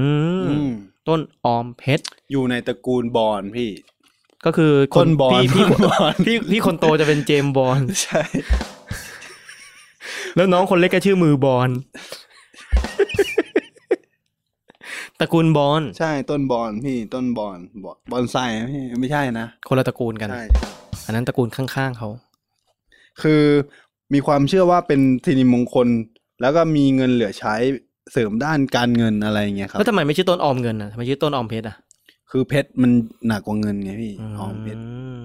[SPEAKER 3] ม
[SPEAKER 2] อืม
[SPEAKER 3] ต้นออมเพชร
[SPEAKER 2] อยู่ในตระกูลบอลพี่
[SPEAKER 3] ก็คือค
[SPEAKER 2] ต้
[SPEAKER 3] น
[SPEAKER 2] นบอล
[SPEAKER 3] พี่พี่
[SPEAKER 2] ต้นบอล [laughs]
[SPEAKER 3] พี่พี่คนโตจะเป็นเจมส์บอล
[SPEAKER 2] ใช่
[SPEAKER 3] แล้วน้องคนเล็ก [laughs] ก็ชื่อมือบอล ตระกูลบอล
[SPEAKER 2] ใช่ต้นบอลพี่ต้นบอลบอลบอนไซนะพี่ไม่ใช่นะ
[SPEAKER 3] คนละตระกูลกัน
[SPEAKER 2] ใช่
[SPEAKER 3] อันนั้นตระกูลข้างๆเขา
[SPEAKER 2] คือมีความเชื่อว่าเป็นสิริมงคล แล้วก็มีเงินเหลือใช้เสริมด้านการเงินอะไรอย่างเงี้ยครับ
[SPEAKER 3] แล้วทำไมไม่ชื่อต้นออมเงินอ่ะทำไมชื่อต้นออมเพชรอ่ะ
[SPEAKER 2] คือเพชรมันหนักกว่าเงินไงพี่ออมเพชร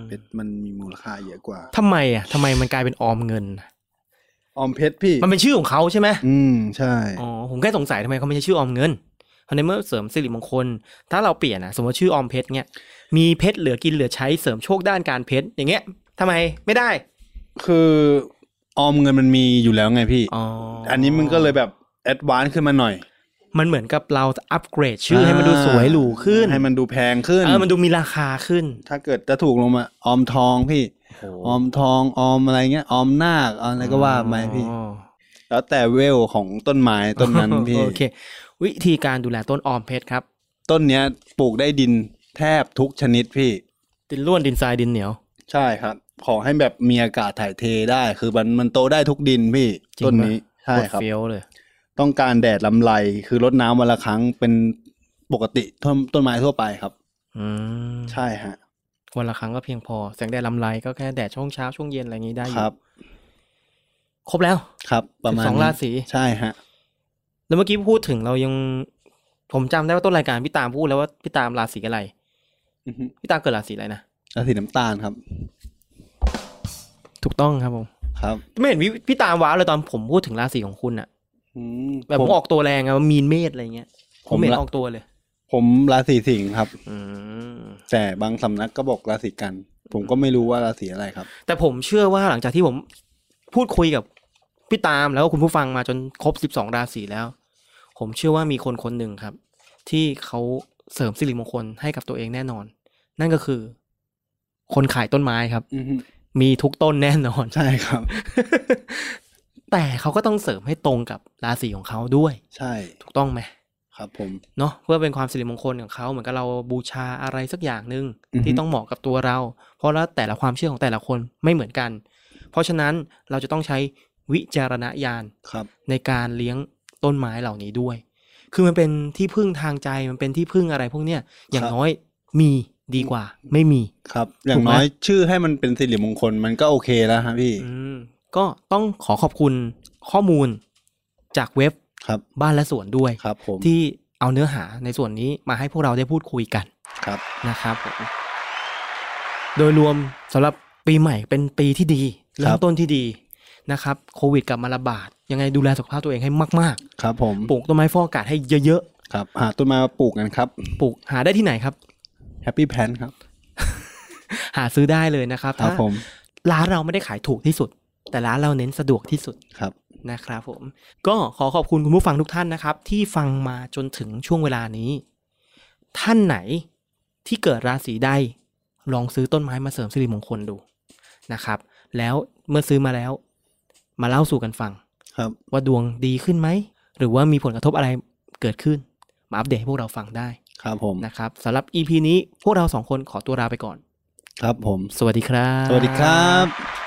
[SPEAKER 2] เพชรมันมีมูลค่าเยอะกว่า
[SPEAKER 3] ทำไมอ่ะทำไมมันกลายเป็นออมเงิน
[SPEAKER 2] ออมเพชรพี่
[SPEAKER 3] มันเป็นชื่อของเขาใช่ไหม
[SPEAKER 2] อืมใช่
[SPEAKER 3] อ๋อ ผมแค่สงสัยทำไมเขาไม่ใช่ชื่อออมเงินเพราะในเมื่อเสริมสิริมงคล ถ้าเราเปลี่ยนอ่ะ สมมติว่าชื่อออมเพชรเนี่ย มีเพชรเหลือกินเหลือใช้เสริมโชคด้านการเพชรอย่างเงี้ยทำไมไม่ได้
[SPEAKER 2] คือออมเงินมันมีอยู่แล้วไงพี่
[SPEAKER 3] อ๋ออั
[SPEAKER 2] อันนี้มันก็เลยแบบแอดวานซ์ขึ้นมาหน่อย
[SPEAKER 3] มันเหมือนกับเราอัปเกรดชื่อให้มันดูสวยหรูขึ้น
[SPEAKER 2] ให้มันดูแพงขึ้น
[SPEAKER 3] เออมันดูมีราคาขึ้น
[SPEAKER 2] ถ้าเกิดจะถูกลงมาออมทองพี่ ออมทองออมอะไรเงี้ยออมนาคออมอะไรก็ว่าไปพี่
[SPEAKER 3] อ๋อ
[SPEAKER 2] แล้วแต่เวลของต้นไม้ต้นนั้น พี่
[SPEAKER 3] โอเค วิธีการดูแลต้นออมเพชรครับ
[SPEAKER 2] ต้นเนี้ยปลูกได้ดินแทบทุกชนิดพี่
[SPEAKER 3] ดินร่วนดินทรายดินเหนียว
[SPEAKER 2] ใช่ครับ ขอให้แบบมีอากาศถ่ายเทได้ คือมันมันโตได้ทุกดินพี่
[SPEAKER 3] จริงปะ
[SPEAKER 2] ต้นนี้ใช่ครับ
[SPEAKER 3] โตเฟี้ยวเลย
[SPEAKER 2] ต้องการแดดลำไรคือรดน้ำวันละครั้งเป็นปกติต้นต้นไม้ทั่วไปครับ
[SPEAKER 3] อืม
[SPEAKER 2] ใช่ฮะ
[SPEAKER 3] วันละครั้งก็เพียงพอ แสงแดดลำไรก็แค่แดดช่วงเช้าช่วงเย็นอะไรอย่างนี้ได้อ
[SPEAKER 2] ค
[SPEAKER 3] ยู่
[SPEAKER 2] รับ
[SPEAKER 3] ครบแล้ว
[SPEAKER 2] ครับประมาณ
[SPEAKER 3] สิบสอง
[SPEAKER 2] นี้
[SPEAKER 3] ราศี
[SPEAKER 2] ใช่ฮะ
[SPEAKER 3] แล้วเมื่อกี้พูดถึงเรายัง ผมจำได้ว่าต้นรายการพี่ตามพูดแล้วว่าพี่ตามราศีอะไร
[SPEAKER 2] อือฮึ
[SPEAKER 3] พี่ตามเกิดราศีอะไรนะ
[SPEAKER 2] แล้วสีน้ำตาลครับ
[SPEAKER 3] ถูกต้องครับผม
[SPEAKER 2] ครับ
[SPEAKER 3] ไม่เห็นพี่พี่ตามว้าวเลยตอนผมพูดถึงราศีของคุณอะ
[SPEAKER 2] อื
[SPEAKER 3] แบบผมออกตัวแรงอะมีนเมษอะไรเงี้ย ผมเห็นออกตัวเลย
[SPEAKER 2] ผมราศีสิงห์ครับ
[SPEAKER 3] อืม
[SPEAKER 2] แต่บางสำนักก็บอกราศีกัน ผมก็ไม่รู้ว่าราศีอะไรครับ
[SPEAKER 3] แต่ผมเชื่อว่าหลังจากที่ผมพูดคุยกับพี่ตามแล้วก็คุณผู้ฟังมาจนครบ 12 ราศีแล้ว ผมเชื่อว่ามีคนคนหนึ่งครับ ที่เขาเสริมสิริมงคลให้กับตัวเองแน่นอน นั่นก็คือ คนขายต้นไม้ครับ
[SPEAKER 2] อือฮึ
[SPEAKER 3] มีทุกต้นแน่นอน [laughs]
[SPEAKER 2] ใช่ครับ
[SPEAKER 3] แต่เขาก็ต้องเสริมให้ตรงกับราศีของเขาด้วย
[SPEAKER 2] ใช่
[SPEAKER 3] ถูกต้องไหม
[SPEAKER 2] ครับผม
[SPEAKER 3] เนาะเพื่อเป็นความสิริมงคลของเขาเหมือนกับเราบูชาอะไรสักอย่างหนึ่ง
[SPEAKER 2] อือฮึ
[SPEAKER 3] ที่ต้องเหมาะกับตัวเรา เพราะแล้วแต่ละความเชื่อของแต่ละคนไม่เหมือนกัน เพราะฉะนั้นเราจะต้องใช้วิจารณญาณ
[SPEAKER 2] ครับ
[SPEAKER 3] ในการเลี้ยงต้นไม้เหล่านี้ด้วย คือมันเป็นที่พึ่งทางใจมันเป็นที่พึ่งอะไรพวกเนี้ยอย่าง
[SPEAKER 2] ครับ
[SPEAKER 3] น้อยมีดีกว่า ไม่มี
[SPEAKER 2] ครับ อย่างน้อยชื่อให้มันเป็นสิริมงคลมันก็โอเคแล้วฮะพี่
[SPEAKER 3] อืมก็ต้องขอขอบคุณข้อมูลจากเว็บ
[SPEAKER 2] ครับ
[SPEAKER 3] บ้านและสวนด้วย
[SPEAKER 2] ครับผม
[SPEAKER 3] ที่เอาเนื้อหาในส่วนนี้มาให้พวกเราได้พูดคุยกัน
[SPEAKER 2] ครับ
[SPEAKER 3] นะครับผมโดยรวมสำหรับปีใหม่เป็นปีที่ดีเริ่มต้นที่ดีนะครับโควิดกลับมาระบาด ยังไงดูแลสุขภาพตัวเองให้มาก
[SPEAKER 2] ครับผม
[SPEAKER 3] ๆ ปลูกต้นไม้ฟอกอากาศให้เยอะ
[SPEAKER 2] ครับหาต้นไม้มาปลูกกันครับ
[SPEAKER 3] ๆ ปลูกหาได้ที่ไหนครับ
[SPEAKER 2] แฮปปี้แพนครับ
[SPEAKER 3] หาซื้อได้เลยนะครับ
[SPEAKER 2] ครับ
[SPEAKER 3] ถ้า
[SPEAKER 2] ผม
[SPEAKER 3] ร้านเราไม่ได้ขายถูกที่สุด แต่ร้านเราเน้นสะดวกที่สุด
[SPEAKER 2] ครับ
[SPEAKER 3] นะครับผมก็ขอขอบคุณคุณผู้ฟังทุกท่านนะครับ ที่ฟังมาจนถึงช่วงเวลานี้ ท่านไหนที่เกิดราศีใดลองซื้อต้นไม้มาเสริมสิริมงคลดูนะครับ แล้วเมื่อซื้อมาแล้ว มาเล่าสู่กันฟัง
[SPEAKER 2] ครับ
[SPEAKER 3] ว่าดวงดีขึ้นไหม หรือว่ามีผลกระทบอะไรเกิดขึ้น มาอัปเดตให้พวกเราฟังได้
[SPEAKER 2] ครับผม
[SPEAKER 3] นะครับสำหรับ EP นี้พวกเราสองคนขอตัวลาไปก่อน
[SPEAKER 2] ครับผม
[SPEAKER 3] สวัสดีครับ
[SPEAKER 2] สวัสดีครับ